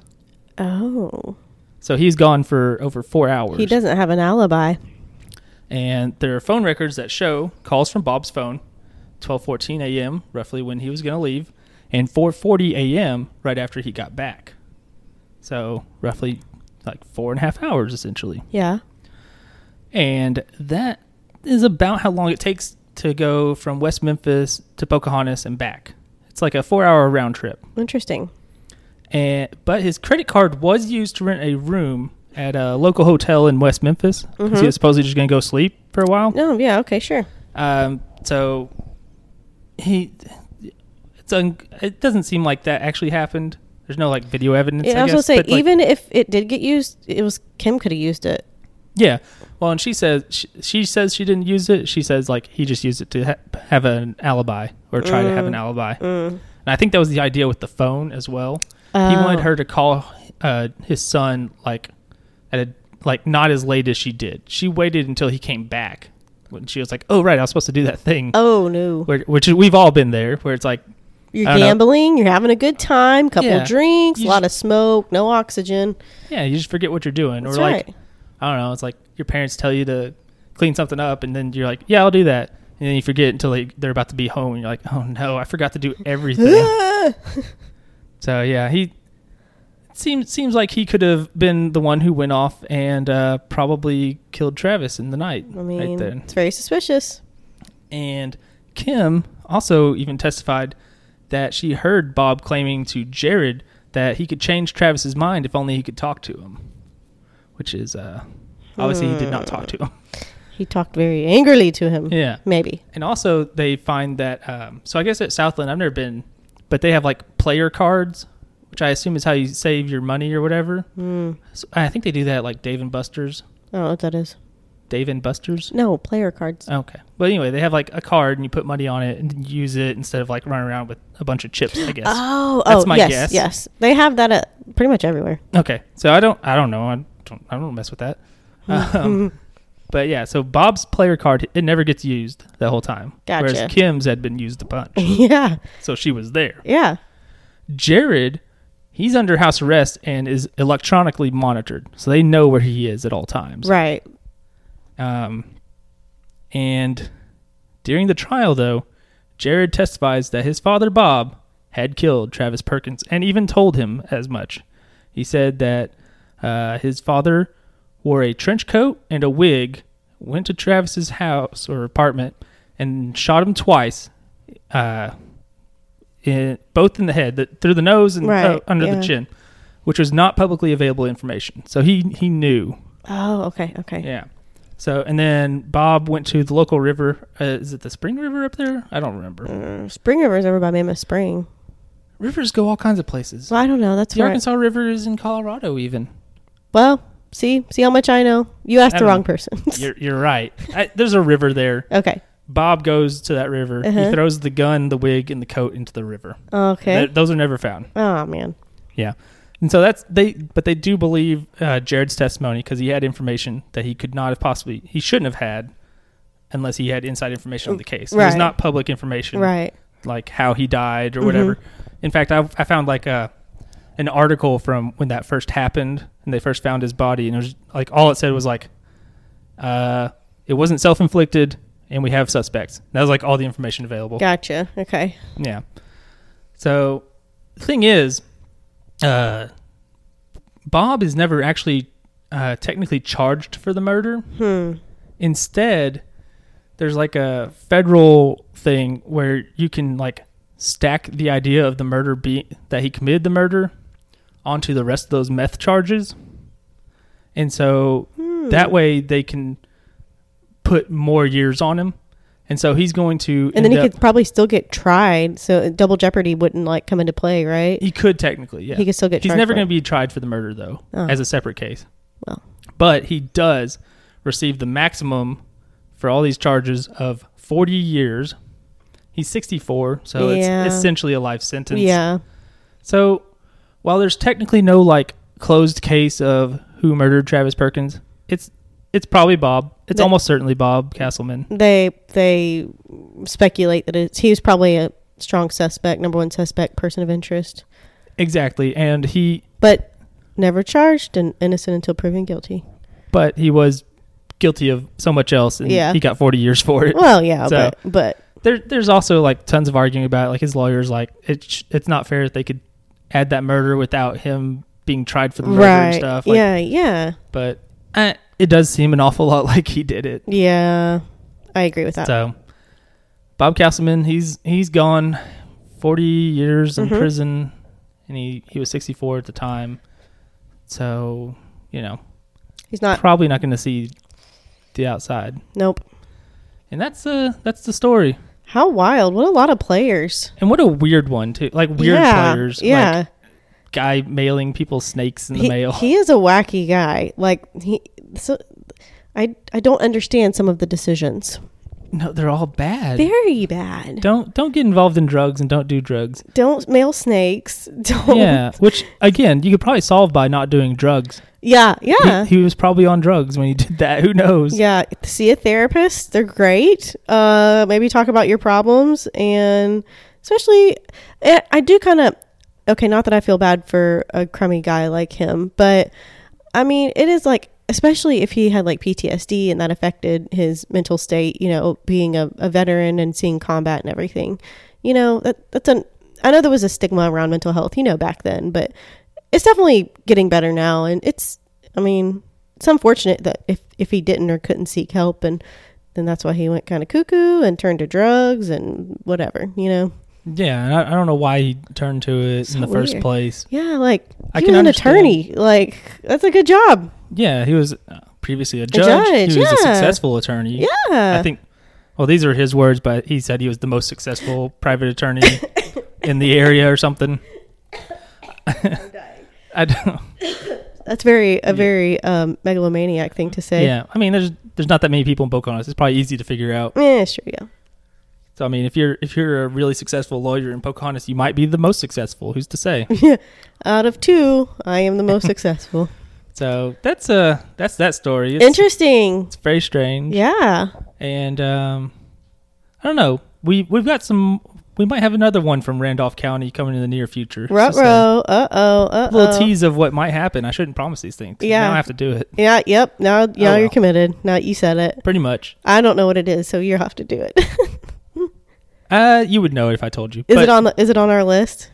Oh.
So he's gone for over four hours.
He doesn't have an alibi.
and there are phone records that show calls from Bob's phone, 12:14 a.m. roughly when he was going to leave, and 4:40 a.m. right after he got back. So roughly like four and a half hours essentially,
Yeah.
and that is about how long it takes to go from West Memphis to Pocahontas and back. It's like a four-hour round trip.
Interesting.
And but his credit card was used to rent a room at a local hotel in West Memphis 'cause
Mhm.
he was supposedly just going to go sleep for a while.
No. Yeah. Okay. Sure.
Um, so he, it's un, it doesn't seem like that actually happened. There's no like video evidence.
Yeah, I,
I
was
guess,
gonna
but,
say
like-
even if it did get used, it was Kim could have used it.
yeah. Well, and she says she, she says she didn't use it. She says like he just used it to ha- have an alibi or try to have an alibi.
Mm.
And I think that was the idea with the phone as well. he wanted
Oh.
her to call uh, his son like at a, like not as late as she did. She waited until he came back when she was like, "Oh right, I was supposed to do that thing,"
Oh no!
where, which is, we've all been there, where it's like
You're
I don't know.
gambling. You're having a good time. Couple
Yeah.
drinks. A
You
lot
ju-
of smoke. No oxygen.
Yeah, you just forget what you're doing.
That's
or like
right.
I don't know, it's like your parents tell you to clean something up and then you're like, Yeah, I'll do that. And then you forget until like, they're about to be home and you're like, Oh no, I forgot to do everything. so yeah, he it seems seems like he could have been the one who went off and uh, probably killed Travis in the night.
I mean,
right then.
it's very suspicious.
And Kim also even testified that she heard Bob claiming to Jared that he could change Travis's mind if only he could talk to him, which is uh, obviously he did not talk to him.
He talked very angrily to him.
Yeah.
Maybe.
And also they find that um, so I guess at Southland I've never been, but they have like player cards, which I assume is how you save your money or whatever.
Mm.
So I think they do that at like Dave and Buster's.
I don't know what that is.
Dave and Buster's.
No player cards.
Okay. But anyway, they have like a card and you put money on it and use it instead of like running around with a bunch of chips, I guess.
Oh,
That's
oh,
my
yes,
guess.
yes. They have that at pretty much everywhere.
Okay. So I don't I don't know. I don't I don't mess with that. Um, but yeah, so Bob's player card it never gets used the whole time. Whereas
Gotcha.
Kim's had been used a bunch.
yeah,
so she was there.
yeah.
Jared, he's under house arrest and is electronically monitored. So they know where he is at all times.
Right.
Um, and during the trial, though, Jared testifies that his father, Bob, had killed Travis Perkins and even told him as much. He said that uh, his father wore a trench coat and a wig, went to Travis's house or apartment, and shot him twice, uh, in, both in the head, the, through the nose and uh,
Right,
under
yeah.
the chin, which was not publicly available information. So he, he knew
Oh, okay, okay.
yeah. So and then Bob went to the local river. Uh, is it the Spring River up there? I don't remember.
Mm, Spring River is over by Mammoth Spring.
Rivers go all kinds of places.
So I don't know. That's
The
where. I-
Arkansas River is in Colorado, even.
well, See, see how much I know. You asked
I
the
don't
wrong
know.
person.
You're, you're right. I, there's a river there.
okay.
Bob goes to that river.
Uh-huh.
He throws the gun, the wig, and the coat into the river.
Okay.
Th- those are never found.
oh man.
Yeah, and so that's they. But they do believe uh, Jared's testimony because he had information that he could not have possibly, he shouldn't have had, unless he had inside information on the case. It was
Oh, Right.
not public information,
Right.
like how he died or whatever. In fact, I, I found like a an article from when that first happened and they first found his body, and it was like all it said was like, uh, it wasn't self inflicted, and we have suspects. That was like all the information available.
Gotcha. Okay.
Yeah. So, the thing is, uh, Bob is never actually uh, technically charged for the murder.
Hmm.
Instead, there's like a federal thing where you can like stack the idea of the murder be- that he committed the murder onto the rest of those meth charges. And so
Hmm.
that way they can put more years on him. And so he's going to
and then
end
he
up-
could probably still get tried, so double jeopardy wouldn't like come into play, right?
He could technically, yeah.
He could still get.
He's
charged
never
for
going to
it.
be tried for the murder though,
Oh.
as a separate case.
Well.
but he does receive the maximum for all these charges of 40 years. He's 64, so
Yeah.
it's essentially a life sentence.
Yeah.
So while there's technically no like closed case of who murdered Travis Perkins, it's it's probably Bob. It's
That-
almost certainly Bob Castleman.
They they speculate that it's he was probably a strong suspect, number one suspect, person of interest,
Exactly. And he
but never charged and innocent until proven guilty.
but he was guilty of so much else and
Yeah.
he got 40 years for it.
Well, yeah,
So-
but but
there, there's also like tons of arguing about it. like his lawyers like it sh- it's not fair that they could add that murder without him being tried for the murder
right,
and stuff like,
yeah, yeah,
but eh, it does seem an awful lot like he did it
yeah. I agree with that.
so bob castleman he's he's gone 40 years in
Mhm.
prison and he he was 64 at the time so you know
He's not.
probably not going to see the outside
Nope.
and that's uh that's the story
How wild! What a lot of players.
and what a weird one too like weird
yeah,
players like,
Yeah.
guy mailing people snakes in the
he,
mail.
he is a wacky guy. Like he, so I I don't understand some of the decisions.
no, they're all bad.
Very bad.
don't don't get involved in drugs and don't do drugs.
Don't mail snakes. Don't.
Yeah, which again, you could probably solve by not doing drugs.
Yeah. Yeah.
He, he was probably on drugs when he did that. Who knows?
yeah. See a therapist. They're great. Uh, maybe talk about your problems and especially, eh, I do kind of. Okay, not that I feel bad for a crummy guy like him, but I mean, it is like, especially if he had like PTSD and that affected his mental state, you know, being a, a veteran and seeing combat and everything, you know, that that's an, I know there was a stigma around mental health, you know, back then, but it's definitely getting better now. And it's, I mean, it's unfortunate that if, if he didn't or couldn't seek help and then that's why he went kind of cuckoo and turned to drugs and whatever, you know?
Yeah, and I, I don't know why he turned to it
So
in the first
weird.
place.
Yeah. Like
I
he
can
was an
understand.
attorney. Like that's a good job.
Yeah, he was uh, previously a judge.
judge,
he was a
yeah.
successful attorney.
Yeah.
I think. Well, these are his words, but he said he was the most successful private attorney in the area or something. I don't.
That's very a very um, megalomaniac thing to say.
Yeah, I mean, there's there's not that many people in Boconos. It's probably easy to figure out.
Yeah, sure, yeah.
So I mean, if you're if you're a really successful lawyer in Pocahontas, you might be the most successful. Who's to say?
Out of two, I am the most successful.
so that's uh that's that story. It's,
Interesting.
it's very strange.
Yeah.
And um, I don't know. We we've got some. We might have another one from Randolph County coming in the near future.
Rut
Just a
row. Uh oh. Uh
Little
oh.
tease of what might happen. I shouldn't promise these things.
Yeah.
Now I have to do it.
Yeah. Yep. Now, now
Oh, well.
you're committed. Now you said it.
Pretty much.
I don't know what it is, so you have to do it.
Uh, you would know if I told you.
is
But
it on? The, is it on our list?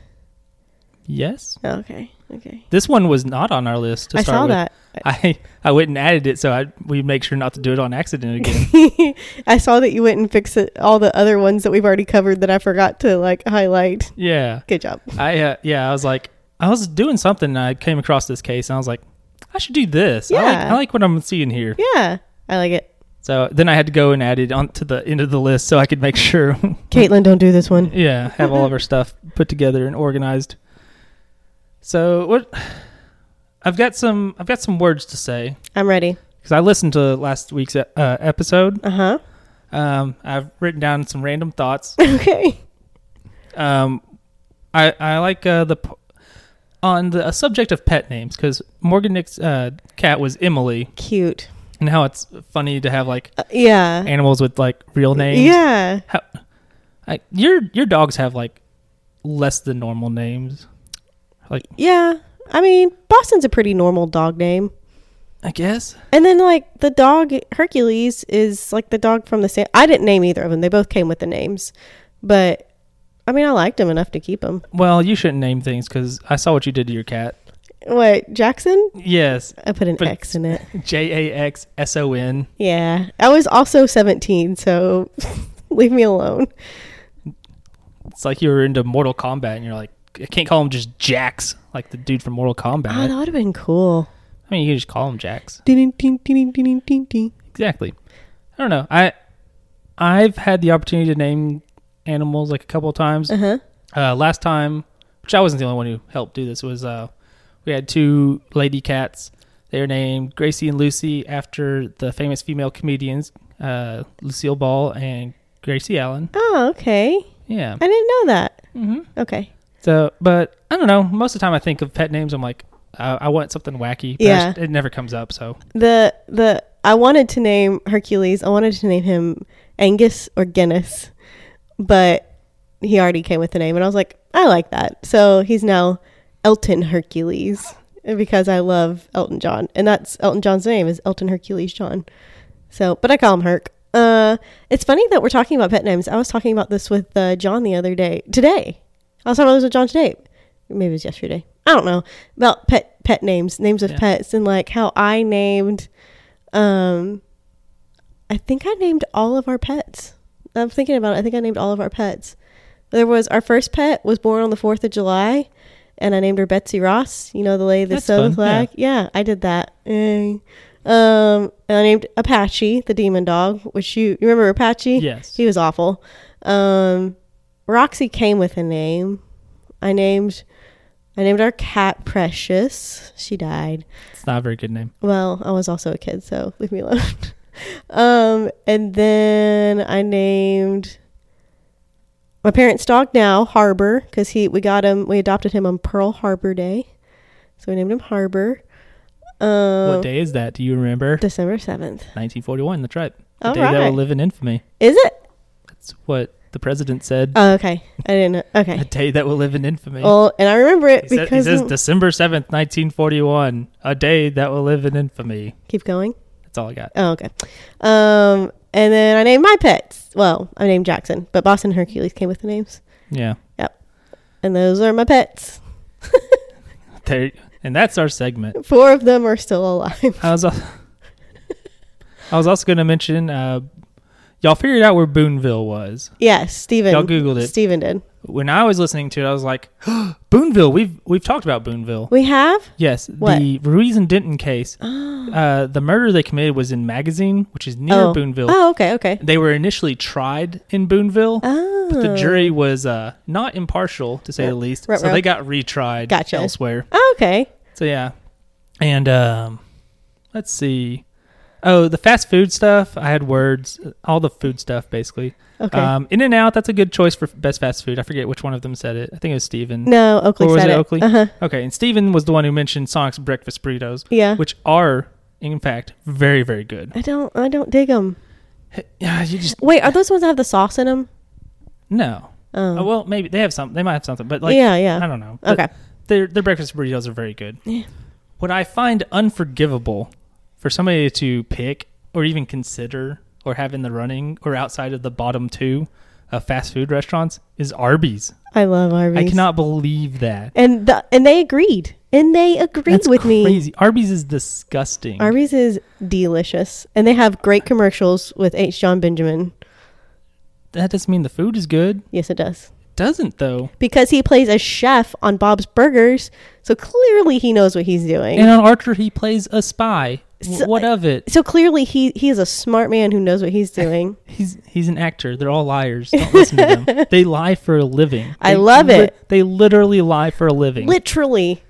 Yes.
Oh, Okay. Okay.
This one was not on our list. To
I
start
saw
with.
that.
I I went and added it so I we make sure not to do it on accident again.
I saw that you went and fixed it, all the other ones that we've already covered that I forgot to like highlight.
yeah,
Good job.
I uh, yeah I was like I was doing something and I came across this case and I was like I should do this. I like
Yeah.
I like what I'm seeing here.
Yeah. I like it.
So then I had to go and add it onto the end of the list so I could make sure
Caitlin, don't do this one.
yeah have all of our stuff put together and organized. So what I've got some I've got some words to say
I'm ready.
because I listened to last week's uh, episode.
Uh huh.
Um, I've written down some random thoughts.
okay.
Um, I I like uh, the p- on the subject of pet names because Morgan Nick's uh, cat was Emily,
Cute.
and how it's funny to have like
Uh, yeah.
animals with like real names.
Yeah.
How, I, your your dogs have like less than normal names. Like
Yeah. I mean, Boston's a pretty normal dog name.
I guess
And then, like, the dog Hercules is like the dog from the same. I didn't name either of them. They both came with the names. But, I mean, I liked them enough to keep them.
Well, you shouldn't name things because I saw what you did to your cat.
What, Jackson?
Yes,
I put an
But-
X in it.
J A X S O N.
Yeah. I was also 17, so leave me alone.
It's like you were into Mortal Kombat, and you're like, I can't call him just Jax, like the dude from Mortal
Oh,
Kombat.
that would have been cool.
I mean, you can just call him Jax.
Ding, ding, ding, ding, ding, ding, ding.
Exactly. I don't know. I I've had the opportunity to name animals like a couple of times.
Uh huh.
Uh, last time, which I wasn't the only one who helped do this, was uh, we had two lady cats. They were named Gracie and Lucy after the famous female comedians uh, Lucille Ball and Gracie Allen.
Oh, okay.
Yeah.
I didn't know that.
Mm-hmm.
Okay.
So, but I don't know. Most of the time, I think of pet names. I'm like, I, I want something wacky. But I
Yeah.
just- it never comes up. So
The the I wanted to name Hercules. I wanted to name him Angus or Guinness, but he already came with the name, and I was like, I like that. So he's now Elton Hercules because I love Elton John, and that's Elton John's name is Elton Hercules John. So, but I call him Herc. Uh, it's funny that we're talking about pet names. I was talking about this with uh, John the other day. Today, I was talking about this with John today. Maybe it was yesterday. I don't know about pet pet names, names of
Yeah.
pets, and like how I named. Um, I think I named all of our pets. I'm thinking about it. I think I named all of our pets. There was our first pet was born on the Fourth of July, and I named her Betsy Ross. You know the lady that
That's
sewed
fun,
the flag. Yeah. I did that. Eh. Um, and I named Apache the demon dog, which you, you remember Apache?
yes,
He was awful. Um, Roxy came with a name. I named I named our cat Precious. She died.
it's not a very good name.
Well, I was also a kid, so leave me alone. um, and then I named my parents' dog now Harbor because he we got him we adopted him on Pearl Harbor Day, so we named him Harbor. Um,
what day is that? Do you remember?
December seventh.
1941. That's right. The
All
day that
right.
will live in infamy.
Is it?
That's what the president said.
Oh, okay. I didn't.
A
Okay.
day that will live in infamy.
Well, and I remember it
he, said- he
because
says December 7th, 1941. A day that will live in infamy.
keep going.
That's all I got.
Oh, okay. Um, and then I named my pets. Well, I named Jackson, but Boston and Hercules came with the names,
Yeah.
and those are my pets.
There, and that's our segment.
Four of them are still alive.
I was, al- I was also going to mention uh, y'all figured out where Boonville was.
yes, Steven.
Y'all Googled it.
Steven did.
When I was listening to it, I was like, Boonville. We've we've talked about Boonville.
We have?
Yes.
What?
The Ruiz and Denton case.
Oh.
Uh, the murder they committed was in Magazine, which is near
Oh.
Boonville.
Oh, okay, okay.
They were initially tried in Boonville,
Oh.
but the jury was uh, not impartial, to say the least.
Ruh-roh.
so they got retried
Gotcha.
elsewhere.
Oh, okay.
So yeah, and um, let's see. Oh, the fast food stuff. I had words. All the food stuff, basically.
Okay.
Um, In and Out. That's a good choice for best fast food. I forget which one of them said it. I think it was Steven.
no, Oakley
or was
said
it
it.
Oakley?
Uh-huh.
Okay, and Steven was the one who mentioned Sonic's breakfast burritos,
Yeah.
which are in fact very very good.
I don't I don't dig them.
Yeah, you just
Wait, are those ones that have the sauce in them?
no.
Oh.
Oh, well, maybe they have some. They might have something, but like
yeah, yeah.
I don't know. But
Okay.
their their breakfast burritos are very good.
Yeah.
What I find unforgivable for somebody to pick or even consider or have in the running or outside of the bottom two of fast food restaurants is Arby's.
I love Arby's.
I cannot believe that.
And the, and they agreed. And they agreed
That's
with me.
crazy. Arby's is disgusting.
Arby's is delicious, and they have great commercials with H. John Benjamin.
that doesn't mean the food is good.
Yes, it does
It doesn't though.
because he plays a chef on Bob's Burgers, so clearly he knows what he's doing.
And on Archer, he plays a spy. W-
So-
what of it?
so clearly he he is a smart man who knows what he's doing.
He's he's an actor. They're all liars. Don't listen to them. They lie for a living.
I
They
love it.
They literally lie for a living.
Literally,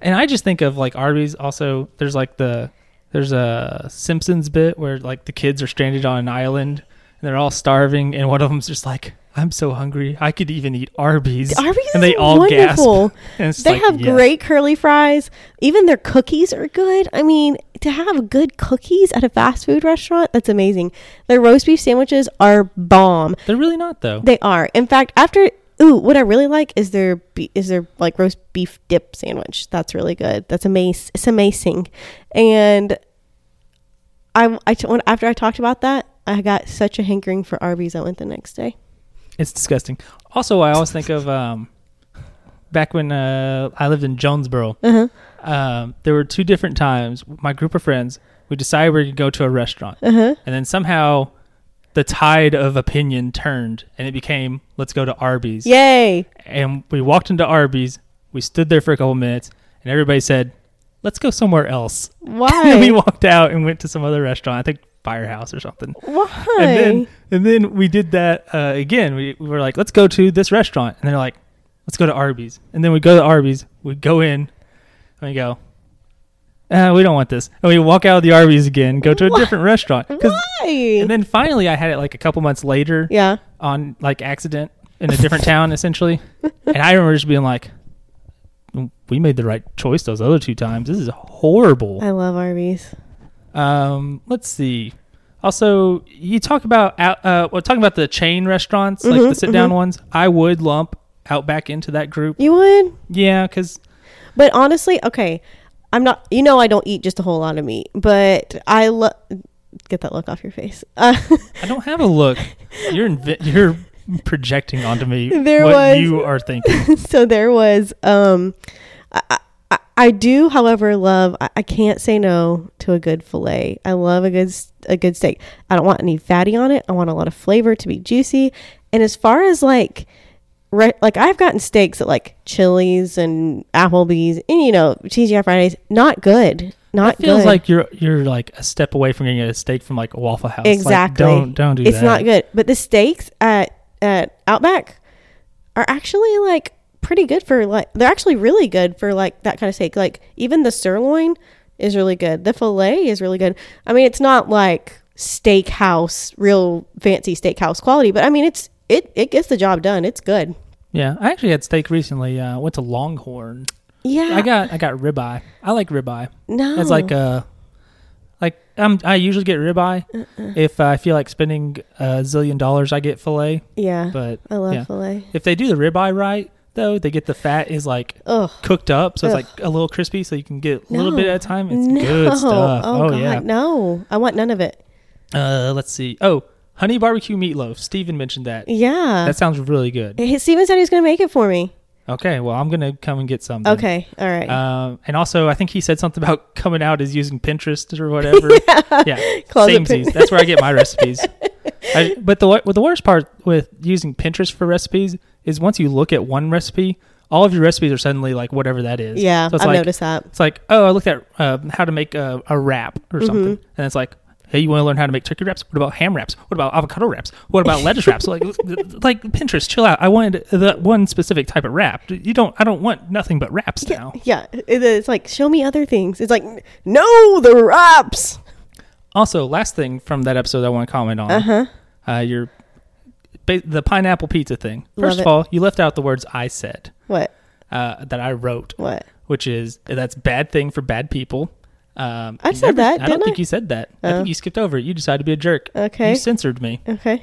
and I just think of like Arby's. Also, there's like the there's a Simpsons bit where like the kids are stranded on an island and they're all starving, and one of them's just like, "I'm so hungry, I could even eat Arby's."
Arby's
and they
is
all
wonderful.
gasp. And it's
They
like,
have
yes.
great curly fries. Even their cookies are good. I mean, to have good cookies at a fast food restaurant, that's amazing. Their roast beef sandwiches are bomb.
They're really not though.
They are. In fact, after ooh, what I really like is their be- is their like roast beef dip sandwich. That's really good. That's amazing. It's amazing. And I, I t- when, after I talked about that, I got such a hankering for Arby's. I went the next day.
It's disgusting. Also, I always think of um, back when uh, I lived in Jonesboro.
Uh-huh.
Um, there were two different times my group of friends we decided we could go to a restaurant,
Uh-huh.
and then somehow the tide of opinion turned, and it became let's go to Arby's.
Yay.
And we walked into Arby's. We stood there for a couple minutes, and everybody said, "Let's go somewhere else."
Why?
And we walked out and went to some other restaurant. I think Firehouse or something.
Why?
And then and then we did that uh, again. We, we were like, let's go to this restaurant, and they're like, let's go to Arby's. And then we go to Arby's. We go in, and we go, uh, we don't want this, and we walk out of the Arby's again, go to a
Wha-
different restaurant. 'Cause-
Why?
And then finally, I had it like a couple months later
yeah.
on like accident in a different town, essentially. And I remember just being like, we made the right choice those other two times. This is horrible.
I love Arby's.
Um, let's see. Also, you talk about out, uh, well, talking about the chain restaurants, like
Mhm,
the sit down
mhm.
ones. I would lump Outback into that group.
You would?
Yeah, because
But honestly, okay, I'm not. You know, I don't eat just a whole lot of meat, but I love. Get that look off your face. Uh,
I don't have a look. You're invi- you're projecting onto me
There
what
was-
you are thinking.
so there was. Um, I, I- I I do, however, love. I, I can't say no to a good fillet. I love a good s- a good steak. I don't want any fatty on it. I want a lot of flavor to be juicy. And as far as like. Re- like I've gotten steaks at like Chili's and Applebee's, and you know TGI Fridays. Not good. Not
It feels
good.
like you're you're like a step away from getting a steak from like a Waffle House. Like,
Exactly.
don't don't do
it's
that.
not good. But the steaks at at Outback are actually like pretty good for like they're actually really good for like that kind of steak. Like even the sirloin is really good. The fillet is really good. I mean, it's not like steakhouse real fancy steakhouse quality, but I mean, it's it it gets the job done. It's good.
Yeah, I actually had steak recently. Uh, went to Longhorn.
Yeah.
I got I got ribeye. I like ribeye.
no.
It's like a like I'm, I usually get ribeye
Uh-uh.
if I feel like spending a zillion dollars. I get fillet,
yeah.
but
I love
yeah.
fillet.
if they do the ribeye right, though, they get the fat is like
Ugh.
cooked up, so it's
Ugh.
like a little crispy, so you can get a little
No.
bit at a time. It's
no.
good stuff.
Oh,
Oh,
God, no. I want none of it.
yeah. Uh, let's see. Oh, honey barbecue meatloaf. Steven mentioned that.
Yeah.
That sounds really good.
Hey, Steven said he was going to make it for me.
Okay, well, I'm gonna come and get some. then.
Okay, all right.
Um, and also, I think he said something about coming out as using Pinterest or whatever. yeah,
Closet
samesies.
Pin-
That's where I get my recipes. I, but the wor- well, the worst part with using Pinterest for recipes is once you look at one recipe, all of your recipes are suddenly like whatever that is.
yeah,
so it's
I've
like
noticed that.
it's like oh, I looked at um, how to make a, a wrap or
Mm-hmm.
something, and it's like. Hey, you want to learn how to make turkey wraps? What about ham wraps? What about avocado wraps? What about lettuce wraps? Like, like Pinterest, chill out. I wanted that one specific type of wrap. You don't. I don't want nothing but wraps now.
Yeah, it- it's like show me other things. It's like no, the wraps.
Also, last thing from that episode I want to comment on. Uh-huh. your ba- the pineapple pizza thing.
Love
First of
it.
all, you left out the words I said
What?
uh, that I wrote,
What?
which is that's bad thing for bad people. Um,
I
you
said that,
I don't
didn't
think
I?
you said that. I
Oh.
think you skipped over it. You decided to be a jerk.
Okay.
You censored me.
Okay.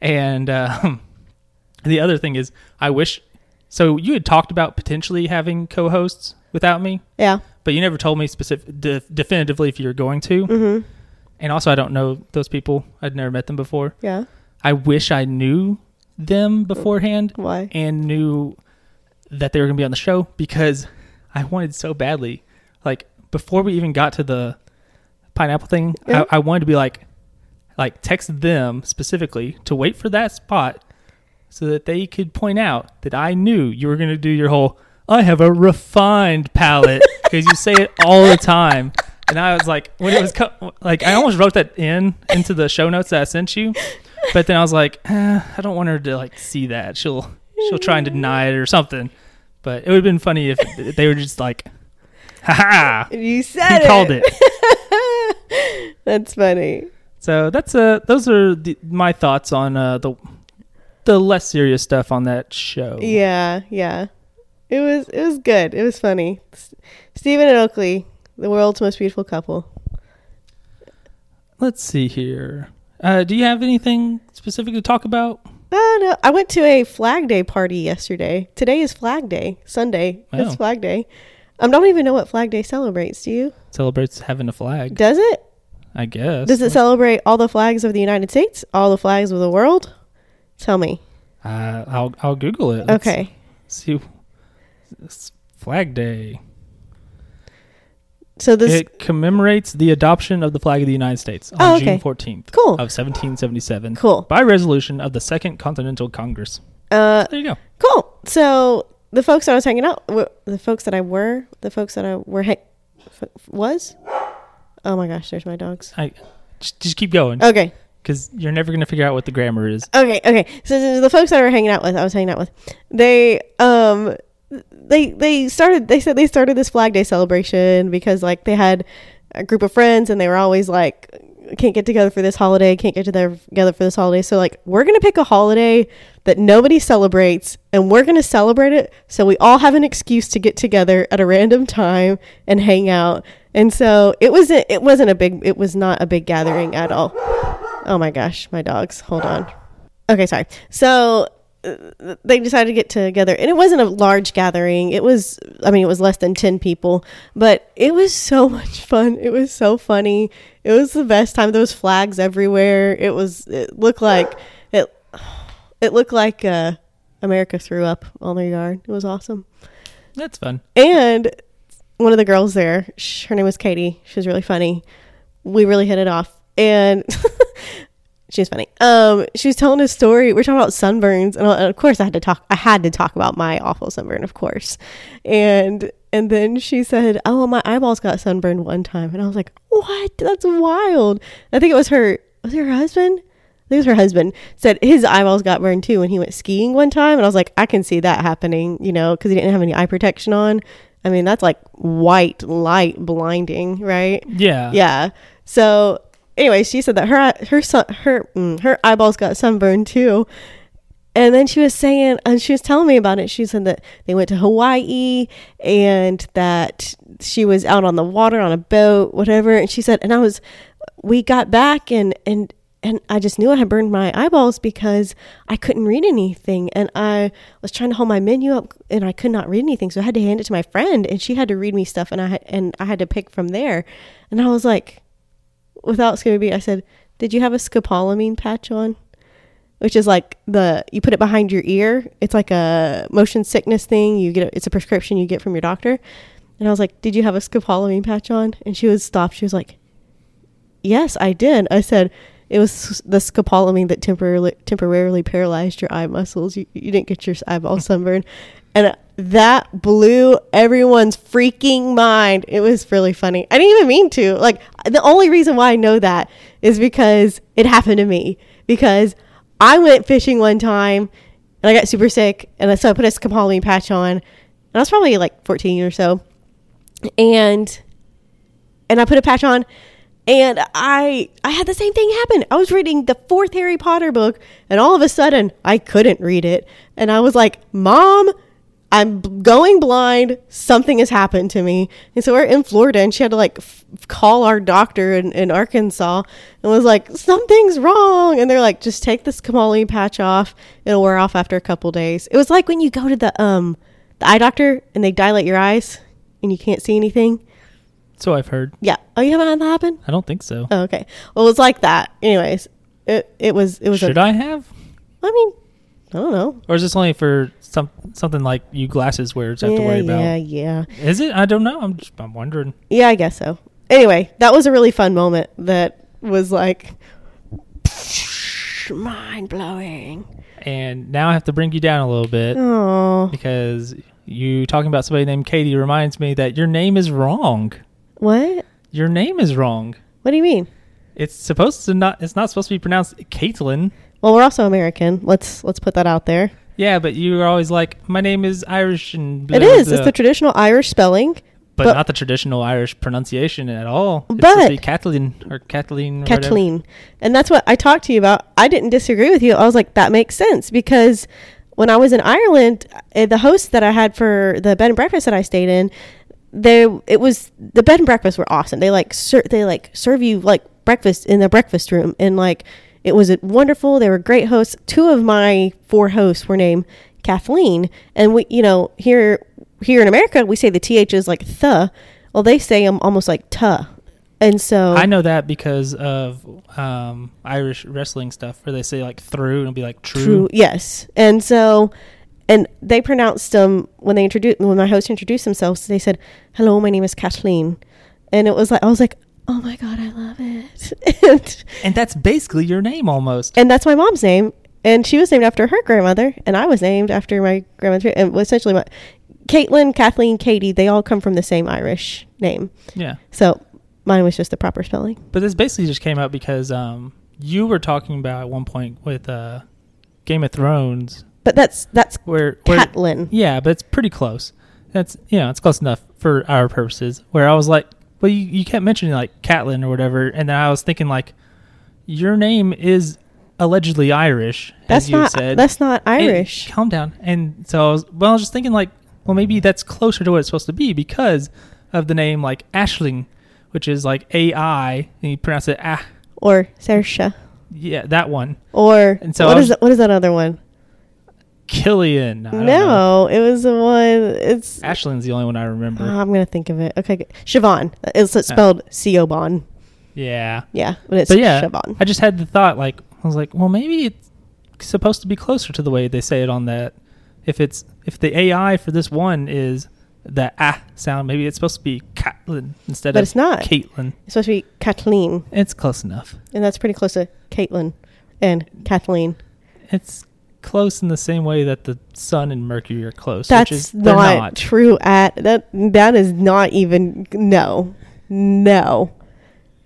And um, the other thing is, I wish. So you had talked about potentially having co-hosts without me
Yeah.
but you never told me specific de- definitively if you were going to.
mm-hmm,
And also, I don't know those people. I'd never met them before.
Yeah.
I wish I knew them beforehand
Why?
and knew that they were going to be on the show because I wanted so badly. Like before we even got to the pineapple thing,
Yeah.
I, I wanted to be like, like text them specifically to wait for that spot so that they could point out that I knew you were going to do your whole I have a refined palate because you say it all the time. And I was like, when it was co- like, I almost wrote that in into the show notes that I sent you, but then I was like, eh, I don't want her to like see that. She'll she'll try and deny it or something. But it would have been funny if they were just like, Ha ha!
You said
He called
it. That's funny.
So that's uh those are the, my thoughts on uh the the less serious stuff on that show.
Yeah, yeah. It was it was good. It was funny. S- Stephen and Oakley, the world's most beautiful couple.
Let's see here. Uh, do you have anything specific to talk about?
Oh no! I went to a Flag Day party yesterday. Today is Flag Day. Sunday.
Wow.
It's Flag Day. I don't even know what Flag Day celebrates. Do you?
Celebrates having a flag,
Does it?
I guess.
Does it celebrate all the flags of the United States? All the flags of the world? Tell me.
Uh, I'll I'll Google it. Let's
Okay.
See, It's Flag Day.
So this
it commemorates the adoption of the flag of the United States on
Oh, okay.
June 14th
Cool.
of 1777
cool.
by resolution of the Second Continental Congress.
Uh,
There you go.
Cool. So the folks that I was hanging out, wi- the folks that I were, the folks that I were hang- f- was. Oh my gosh, there's my dogs.
I just, just keep going
Okay,
because you're never going to figure out what the grammar is.
okay, okay. So, so the folks that I were hanging out with, I was hanging out with, they um, they they started. They said they started this Flag Day celebration because like they had a group of friends and they were always like can't get together for this holiday can't get together together for this holiday so like we're gonna pick a holiday that nobody celebrates and we're gonna celebrate it so we all have an excuse to get together at a random time and hang out and so it wasn't it wasn't a big it was not a big gathering at all oh my gosh my dogs hold on okay sorry so uh, they decided to get together and it wasn't a large gathering it was i mean it was less than 10 people but it was so much fun it was so funny it was the best time there was flags everywhere it was it looked like it it looked like uh america threw up on their yard it was awesome
That's fun.
and one of the girls there, sh her name was Katie. She was really funny. We really hit it off, and she was funny. Um, she was telling a story. We're talking about sunburns, and uh, of course, I had to talk. I had to talk about my awful sunburn, of course. And and then she said, "Oh, my eyeballs got sunburned one time," and I was like, "What? That's wild." I think it was her. Was it her husband? I think it was her husband said his eyeballs got burned too when he went skiing one time and i was like i can see that happening you know because he didn't have any eye protection on i mean that's like white light blinding right
Yeah.
yeah so anyway she said that her her son her mm, her eyeballs got sunburned too and then she was saying and she was telling me about it she said that they went to hawaii and that she was out on the water on a boat whatever and she said and i was we got back and and and i just knew i had burned my eyeballs because i couldn't read anything and i was trying to hold my menu up and i could not read anything so i had to hand it to my friend and she had to read me stuff and i had and i had to pick from there and i was like without Scooby Bee, I said, "Did you have a scopolamine patch on?" Which is like the you put it behind your ear. It's like a motion sickness thing. You get it, it's a prescription you get from your doctor. And I was like, "Did you have a scopolamine patch on?" And she was stopped. She was like, "Yes, I did." I said, "It was s- the scopolamine that temporarily temporarily paralyzed your eye muscles. You, you didn't get your eyeball sunburn." And uh, that blew everyone's freaking mind. It was really funny. I didn't even mean to. Like the only reason why I know that is because it happened to me. Because I went fishing one time and I got super sick, and so I put a scopolamine patch on, and I was probably like 14 or so, and and I put a patch on and I I had the same thing happen. I was reading the fourth Harry Potter book and all of a sudden I couldn't read it and I was like, "Mom, I'm b- going blind. Something has happened to me." And so we're in Florida and she had to like f- call our doctor in, in Arkansas and was like, "Something's wrong." And they're like, "Just take this Kamali patch off. It'll wear off after a couple days." It was like when you go to the um the eye doctor and they dilate your eyes and you can't see anything.
So I've heard.
Yeah. Oh, you haven't had that happen?
I don't think so.
Oh, okay. Well, it was like that. Anyways, it it was it was.
Should
a,
I have?
I mean, I don't know.
Or is this only for some something like you glasses wearers have to
yeah,
worry about?
yeah, yeah,
Is it? I don't know. I'm just, I'm wondering.
yeah. I guess so. Anyway, that was a really fun moment. That was like mind blowing.
And now I have to bring you down a little bit
Oh,
because you talking about somebody named Katie reminds me that your name is wrong.
what?
Your name is wrong.
What do you mean?
It's supposed to not. It's not supposed to be pronounced Caitlin.
Well, we're also American. Let's let's put that out there.
Yeah, but you were always like, my name is Irish and. Blah,
It is.
blah,
It's the traditional Irish spelling,
but,
But-
not the traditional Irish pronunciation at all. It's
But-
supposed to be Kathleen or Kathleen. or whatever.
Kathleen. And that's what I talked to you about. I didn't disagree with you. I was like, that makes sense because when I was in Ireland, eh, the host that I had for the bed and breakfast that I stayed in, they it was the bed and breakfast were awesome. They like ser- they like serve you like breakfast in the breakfast room and like it was wonderful. They were great hosts. Two of my four hosts were named Kathleen, and we you know here here in America we say the th is like the. Well, they say them almost like tuh. And so
I know that because of um, Irish wrestling stuff where they say like through and it'll be like true.
True. Yes. And so, and they pronounced them when they introduced when my host introduced themselves. They said, "Hello, my name is Kathleen," and it was like I was like, "Oh my god, I love it!" and
And that's basically your name almost.
and that's my mom's name, and she was named after her grandmother, and I was named after my grandmother, and well, essentially my Caitlin, Kathleen, Katie. They all come from the same Irish name,
yeah.
so mine was just the proper spelling.
But this basically just came out because um, you were talking about at one point with uh, Game of Thrones
But that's that's
where, where
Catlin.
Yeah, but it's pretty close. That's you know, it's close enough for our purposes. Where I was like, well, you, you kept mentioning like Catlin or whatever, and then I was thinking like, your name is allegedly Irish.
That's
as you
not
said.
that's not
And-
Irish.
calm down. And so I was, well, I was just thinking like, well, maybe that's closer to what it's supposed to be because of the name like Ashling, which is like A I, and you pronounce it ah.
or Sersha.
Yeah, that one,
Or
And so
what
I
is
was-
that, what is that other one?
Killian. I don't
No,
know.
it was the one. It's
Ashlyn's the only one I remember.
Ah, I'm gonna think of it. Okay, good. Siobhan. It's
Ah.
spelled C O Bon.
yeah.
Yeah, but it's
but yeah,
Siobhan.
I just had the thought like I was like, well, maybe it's supposed to be closer to the way they say it on that. If it's if the AI for this one is the ah sound, maybe it's supposed to be Caitlin instead
But
of
it's not.
Caitlin.
it's supposed to be Kathleen,
It's close enough.
and that's pretty close to Caitlin and Kathleen.
It's close in the same way that the Sun and Mercury are close.
That's
which is, they're
not, true. At that, that is not even no, no,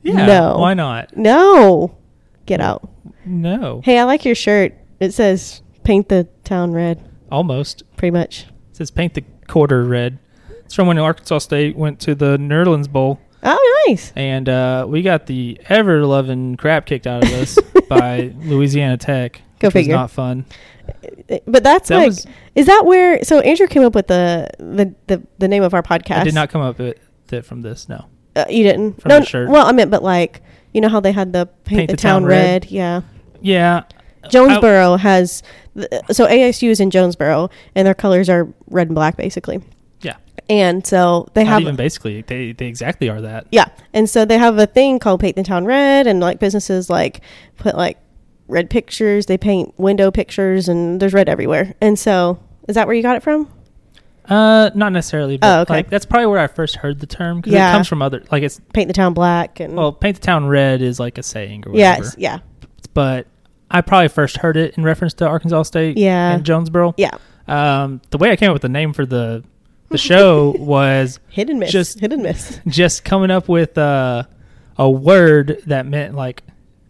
Yeah,
No.
why not?
no. Get out.
No,
Hey, I like your shirt. It says "Paint the Town Red."
almost.
Pretty much.
It says paint the quarter red. It's from when Arkansas State went to the Nerlands Bowl.
Oh, nice.
and uh, we got the ever loving crap kicked out of us by Louisiana Tech.
Go
which was
figure.
not fun.
But that's
That
like,
was-
is that where? So Andrew came up with the the the, the name of our podcast.
I did not come up with it from this. No,
Uh, you didn't.
From
no.
the shirt.
Well, I meant, but like, you know how they had the paint, the, town, red. Yeah.
Oh, yeah,
Jonesboro has. The, so ASU is in Jonesboro, and their colors are red and black, basically.
yeah,
And so they
they have
have.
even basically they they exactly are that.
Yeah, and so they have a thing called Paint the Town Red, and like businesses like put like red pictures. They paint window pictures, and there's red everywhere. And so, is that where you got it from?
Uh, not necessarily. But
Oh, okay.
Like that's probably where I first heard the term because
Yeah.
it comes from other like it's
Paint the town black, and
well paint the town red is like a saying or whatever.
Yes, yeah,
But I probably first heard it in reference to Arkansas State.
Yeah.
and Jonesboro.
yeah.
Um, the way I came up with the name for the the show was
Hit and miss.
Just-
hit and miss.
just coming up with uh, a word that meant like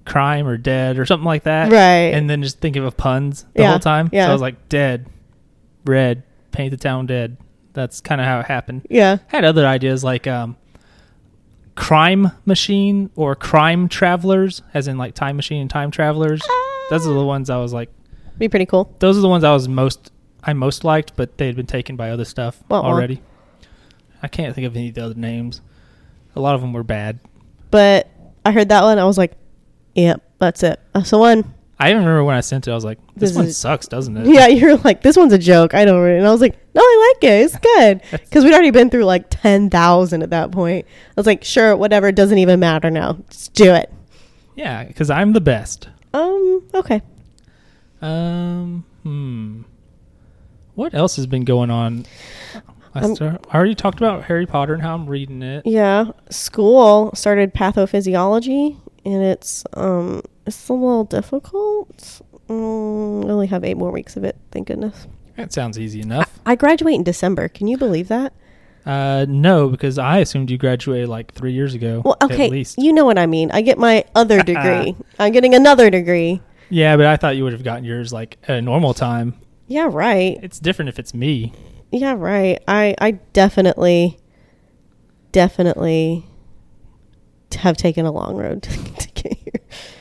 crime or dead or something like that.
Right.
And then just thinking of puns the
Yeah,
whole time.
yeah.
So I was like, dead, red, paint the town dead. That's kind of how it happened.
Yeah.
had other ideas like um, crime machine or crime travelers, as in like time machine and time travelers. Those are the ones I was like,
Be pretty cool.
those are the ones I was most, I most liked, but they had been taken by other stuff
Wah-wah.
already. I can't think of any of the other names. A lot of them were bad.
But I heard that one. I was like, yep, that's it. That's the one.
I even remember when I sent it, I was like, "This,
This
one
is-
sucks, doesn't it?"
Yeah, you were like, this one's a joke. I don't really. And I was like, no, I like it. It's good. Because we'd already been through like 10,000 at that point. I was like, sure, whatever. It doesn't even matter now. Just do it.
yeah, because I'm the best.
Um, okay.
Um, hmm, what else has been going on? I,
Um,
start, I already talked about Harry Potter and how I'm reading it.
Yeah. School started pathophysiology and it's, um, it's a little difficult. Mm, I only have eight more weeks of it. Thank goodness.
That sounds easy enough.
I graduate in December. Can you believe that?
Uh, no, because I assumed you graduated like three years ago.
Well, okay,
at least.
you know what I mean. I get my other degree. I'm getting another degree.
yeah, but I thought you would have gotten yours like at a normal time.
Yeah, right.
It's different if it's me.
Yeah, right. I I definitely definitely t- have taken a long road to get here.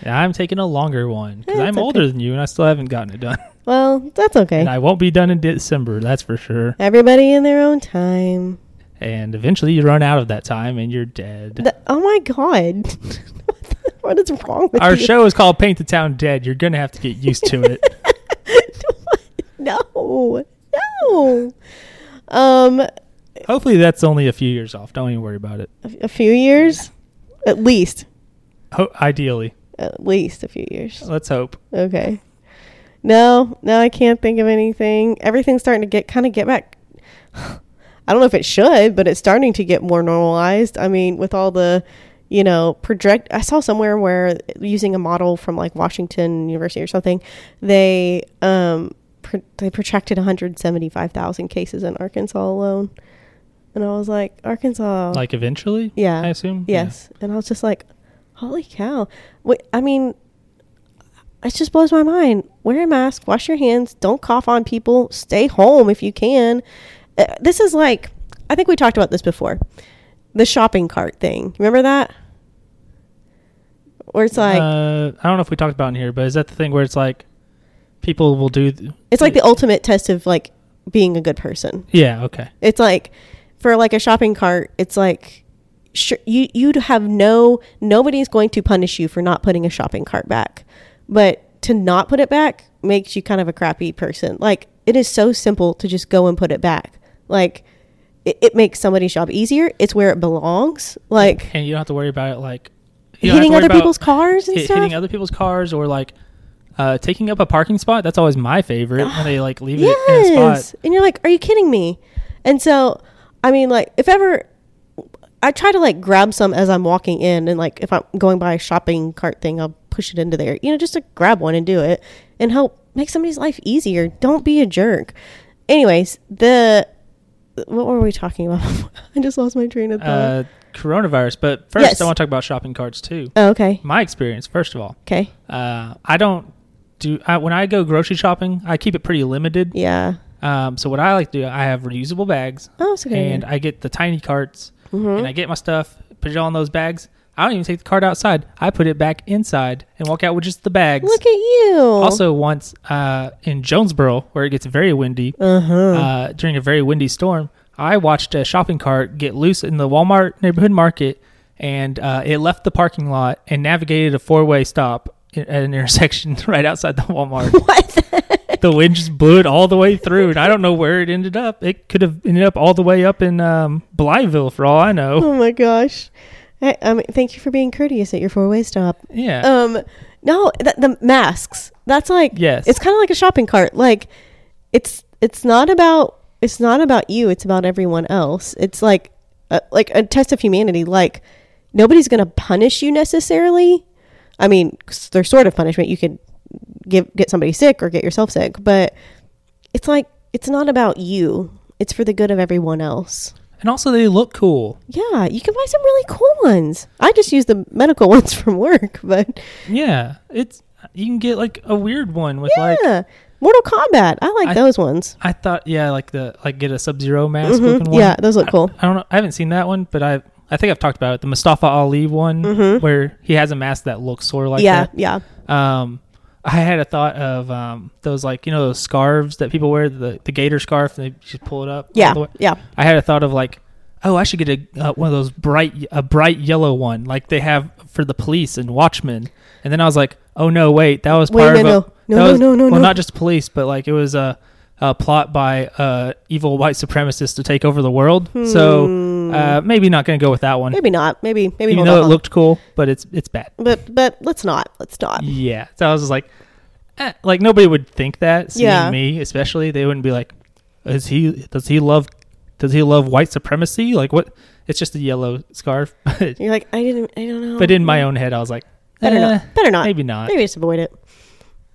Yeah, I'm taking a longer one because
Eh,
I'm
it's okay.
older than you and I still haven't gotten it done.
Well, that's okay.
And I won't be done in December, that's for sure.
Everybody in their own time.
And eventually you run out of that time and you're dead.
The- oh my god. what is wrong with
Our
you?
show is called Paint the Town Dead. You're going to have to get used to it.
no. No. Um a,
Hopefully that's only a few years off. Don't even worry about it.
a few years at least.
Ho- ideally.
At least a few years.
Let's hope.
Okay. No, no, I can't think of anything. Everything's starting to get kind of get back. I don't know if it should, but it's starting to get more normalized. I mean, with all the, you know, project. I saw somewhere where using a model from like Washington University or something, they um pr- they protracted 175,000 cases in Arkansas alone, and I was like, Arkansas,
Like eventually?
Oh. yeah.
I assume?
Yes. And I was just like, holy cow. Wait, I mean, it just blows my mind. Wear a mask, wash your hands, don't cough on people, stay home if you can. Uh, this is like, I think we talked about this before the shopping cart thing. Remember that? Where it's like,
uh, I don't know if we talked about it in here, but is that the thing where it's like people will do. th-
it's like the ultimate test of like being a good person.
Yeah, okay.
It's like for like a shopping cart, it's like sure, you you'd have no nobody's going to punish you for not putting a shopping cart back. But to not put it back makes you kind of a crappy person. Like it is so simple to just go and put it back. Like it, it makes somebody's job easier. It's where it belongs. Like
And you don't have to worry about it like you don't have to
hitting
worry
other
about
people's cars and
hit-
stuff.
hitting other people's cars or like uh, taking up a parking spot. That's always my favorite when they like leave it in a spot.
And you're like, are you kidding me? And so, I mean, like, if ever I try to like grab some as I'm walking in, and like if I'm going by a shopping cart thing, I'll push it into there, you know, just to grab one and do it and help make somebody's life easier. Don't be a jerk. Anyways, the what were we talking about? I just lost my train of thought.
Uh, coronavirus, but first
Yes.
I want to talk about shopping carts too.
oh, okay.
My experience, first of all,
Okay.
uh, I don't do I, when I go grocery shopping. I keep it pretty limited.
Yeah.
Um, so what I like to do, I have reusable bags,
Oh, it's okay.
and I get the tiny carts,
Mm-hmm.
and I get my stuff, put it all in those bags. I don't even take the cart outside. I put it back inside and walk out with just the bags.
Look at you.
Also, once uh, in Jonesboro, where it gets very windy,
uh-huh.
uh, during a very windy storm, I watched a shopping cart get loose in the Walmart neighborhood market, and uh, it left the parking lot and navigated a four-way stop i- at an intersection right outside the Walmart.
what?
the wind just blew it all the way through, and I don't know where it ended up. It could have ended up all the way up in um, Blytheville, for all I know.
oh my gosh. I, I mean, thank you for being courteous at your four-way stop.
Yeah.
um no th- the masks that's like
Yes.
it's kind of like a shopping cart like it's it's not about it's not about you it's about everyone else it's like a, like a test of humanity like nobody's gonna punish you necessarily i mean s- there's sort of punishment you could give get somebody sick or get yourself sick but it's like it's not about you it's for the good of everyone else
and also, they look cool.
yeah you can buy some really cool ones i just use the medical ones from work but
Yeah, it's you can get like a weird one with like
yeah. Mortal Kombat. I like
I-
those ones.
I thought, yeah, like the like get a Sub Zero mask
Mhm.
looking one.
Yeah, those look
I-
cool.
I, don't know. I haven't seen that one, but I I think I've talked about it. The Mustafa Ali one, where he has a mask that looks sort of like
Mm-hmm. yeah, yeah.
that. Um, I had a thought of um those like you know those scarves that people wear the the gator scarf and they just pull it up. all
Yeah.
the way.
Yeah.
I had a thought of like, oh, I should get a uh, one of those bright a bright yellow one like they have for the police and Watchmen. And then I was like, oh no, wait, that was
Wait,
part
no,
of a,
no. No,
that
no,
was-
no, no,
well,
no.
not just police, but like it was a, a plot by uh, evil white supremacists to take over the world. So uh, maybe not going to go with that one,
Hmm. Maybe not. Maybe maybe
even
hold
though
off
it
on-
looked cool, but it's it's bad.
but but let's not. Let's not.
Yeah, so I was just like, eh, like nobody would think that. Seeing
Yeah.
me, especially, they wouldn't be like, is he? Does he love? Does he love white supremacy? Like what? It's just a yellow scarf. but
You're like, I didn't I don't know.
but in my own head, I was like,
Better
eh,
not. Better not.
Maybe not.
Maybe just avoid it.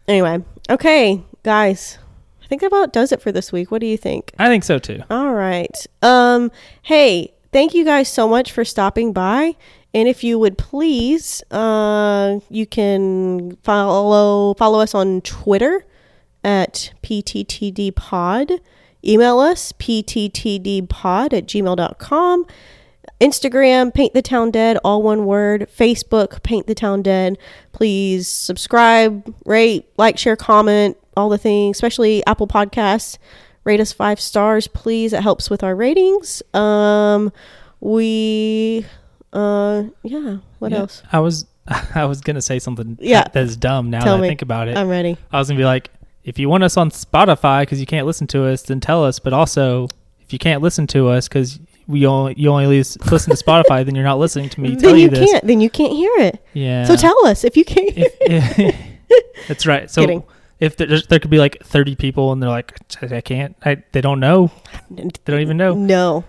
Anyway. Okay, guys. I think that about does it for this week. What do you think?
I think so too.
All right. Um, hey, thank you guys so much for stopping by. And if you would please, uh, you can follow follow us on Twitter at pttdpod. Email us pttdpod at gmail.com. Instagram, Paint the Town Dead, all one word. Facebook, Paint the Town Dead. Please subscribe, rate, like, share, comment, all the things, especially Apple Podcasts. Rate us five stars, please. It helps with our ratings. Um, we, uh, yeah. What
Yeah.
else?
I was I was gonna say something.
Yeah.
that's dumb. Now
Tell
that I
me. Um,
think about it,
I'm ready.
I was gonna be like, if you want us on Spotify because you can't listen to us, then tell us. But also, if you can't listen to us because we only you only lis- listen to Spotify, then you're not listening to me
Then
telling
you
you this.
can't. Then you can't hear it.
Yeah.
So tell us if you can't. hear
If- that's right. So
Kidding.
if there, there's- there could be like 30 people and they're like, I can't. I, they don't know.
it.
They don't even know.
No.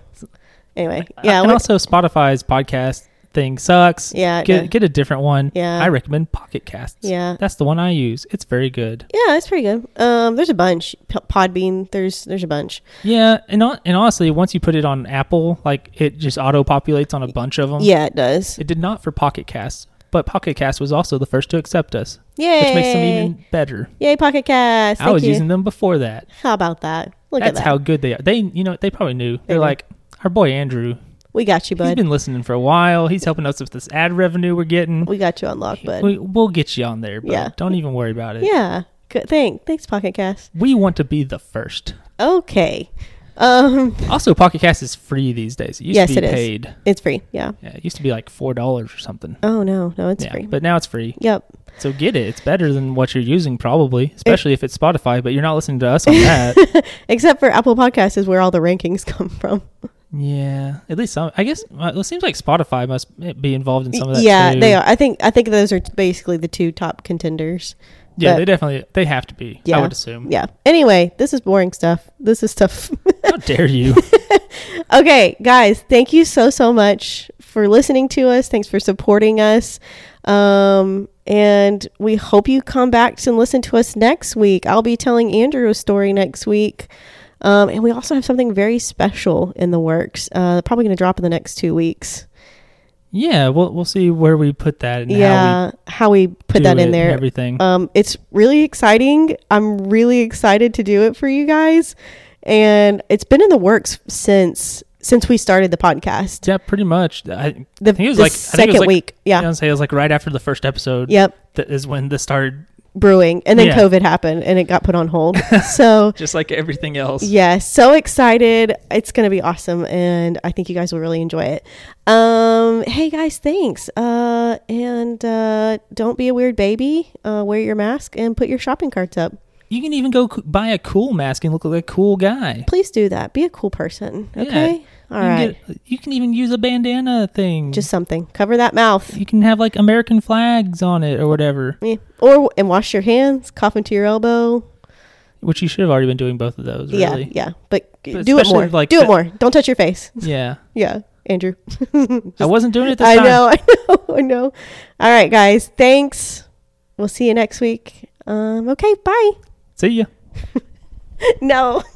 Anyway, Mm, yeah,
and
what-
also Spotify's podcast thing sucks.
yeah, it
Get
does.
get a different one.
Yeah.
I recommend Pocket Casts.
yeah,
That's the one I use. It's very good.
yeah. It's pretty good. Um, there's a bunch. P- Podbean. There's there's a bunch.
Yeah, and hon- and honestly, once you put it on Apple, like it just auto populates on a bunch of them.
yeah, it does.
It did not for Pocket Casts, but Pocket Cast was also the first to accept us,
Yay!
which makes them even better.
Yay, Pocket Cast.
I
Thank
was
you.
using them before that.
How about that? Look at
That's
that.
how good they are. They, you know, they probably knew. They're
knew.
like, our boy Andrew.
we got you,
He's
bud.
been listening for a while. He's helping us with this ad revenue we're getting.
we got you unlocked, bud.
We, we'll get you on there, but
Yeah.
don't even worry about it.
yeah. Good. Thank. Thanks, Pocket Cast.
We want to be the first.
Okay. Um,
Also, Pocket Cast is free these days. It used
Yes,
to
it
be
is.
paid.
it's free. Yeah.
Yeah, it used to be like four dollars or something.
Oh no, no, it's
yeah,
free.
but now it's free.
yep.
So get it. It's better than what you're using probably, especially if it's Spotify. But you're not listening to us on that.
Except for Apple Podcasts is where all the rankings come from.
yeah, at least some. I guess uh, it seems like Spotify must be involved in some of that.
yeah,
too.
they are. I think I think those are basically the two top contenders.
Yeah,
but-
they definitely they have to be.
Yeah.
I would assume.
Yeah. Anyway, this is boring stuff. This is stuff.
How dare you?
okay, guys, thank you so so much for listening to us. Thanks for supporting us. Um and we hope you come back and listen to us next week. I'll be telling Andrew a story next week. Um, and we also have something very special in the works. Uh, probably going to drop in the next two weeks.
yeah, we'll we'll see where we put that and how
yeah, how we
we
put
do
that
it and
in there.
Everything.
Um, it's really exciting. I'm really excited to do it for you guys, and it's been in the works since since we started the podcast.
yeah, pretty much. I,
The,
think it was
the
like- I think it was
second
like-
week,
yeah. I
yeah,
was say it was like right after the first episode.
yep,
That is when this started,
brewing, and then
Yeah.
COVID happened, and it got put on hold. so
just like everything else.
yeah, so excited! It's gonna be awesome, and I think you guys will really enjoy it. Um, hey guys, thanks, uh, and uh, don't be a weird baby. Uh, wear your mask and put your shopping carts up.
You can even go co- buy a cool mask and look like a cool guy.
please do that. Be a cool person.
Yeah.
Okay. All
you can
right.
get- you can even use a bandana thing.
Just something. Cover that mouth.
you can have like American flags on it or whatever,
Eh. Or and wash your hands. Cough into your elbow.
which you should have already been doing both of those.
Yeah,
Really.
yeah. But,
But
do it
especially
more.
like
do
the-
it more. Don't touch your face.
Yeah.
Yeah, Andrew.
I wasn't doing it this
I
time.
know. I know. I know. All right, guys. Thanks. We'll see you next week. Um. Okay. Bye.
See ya.
no.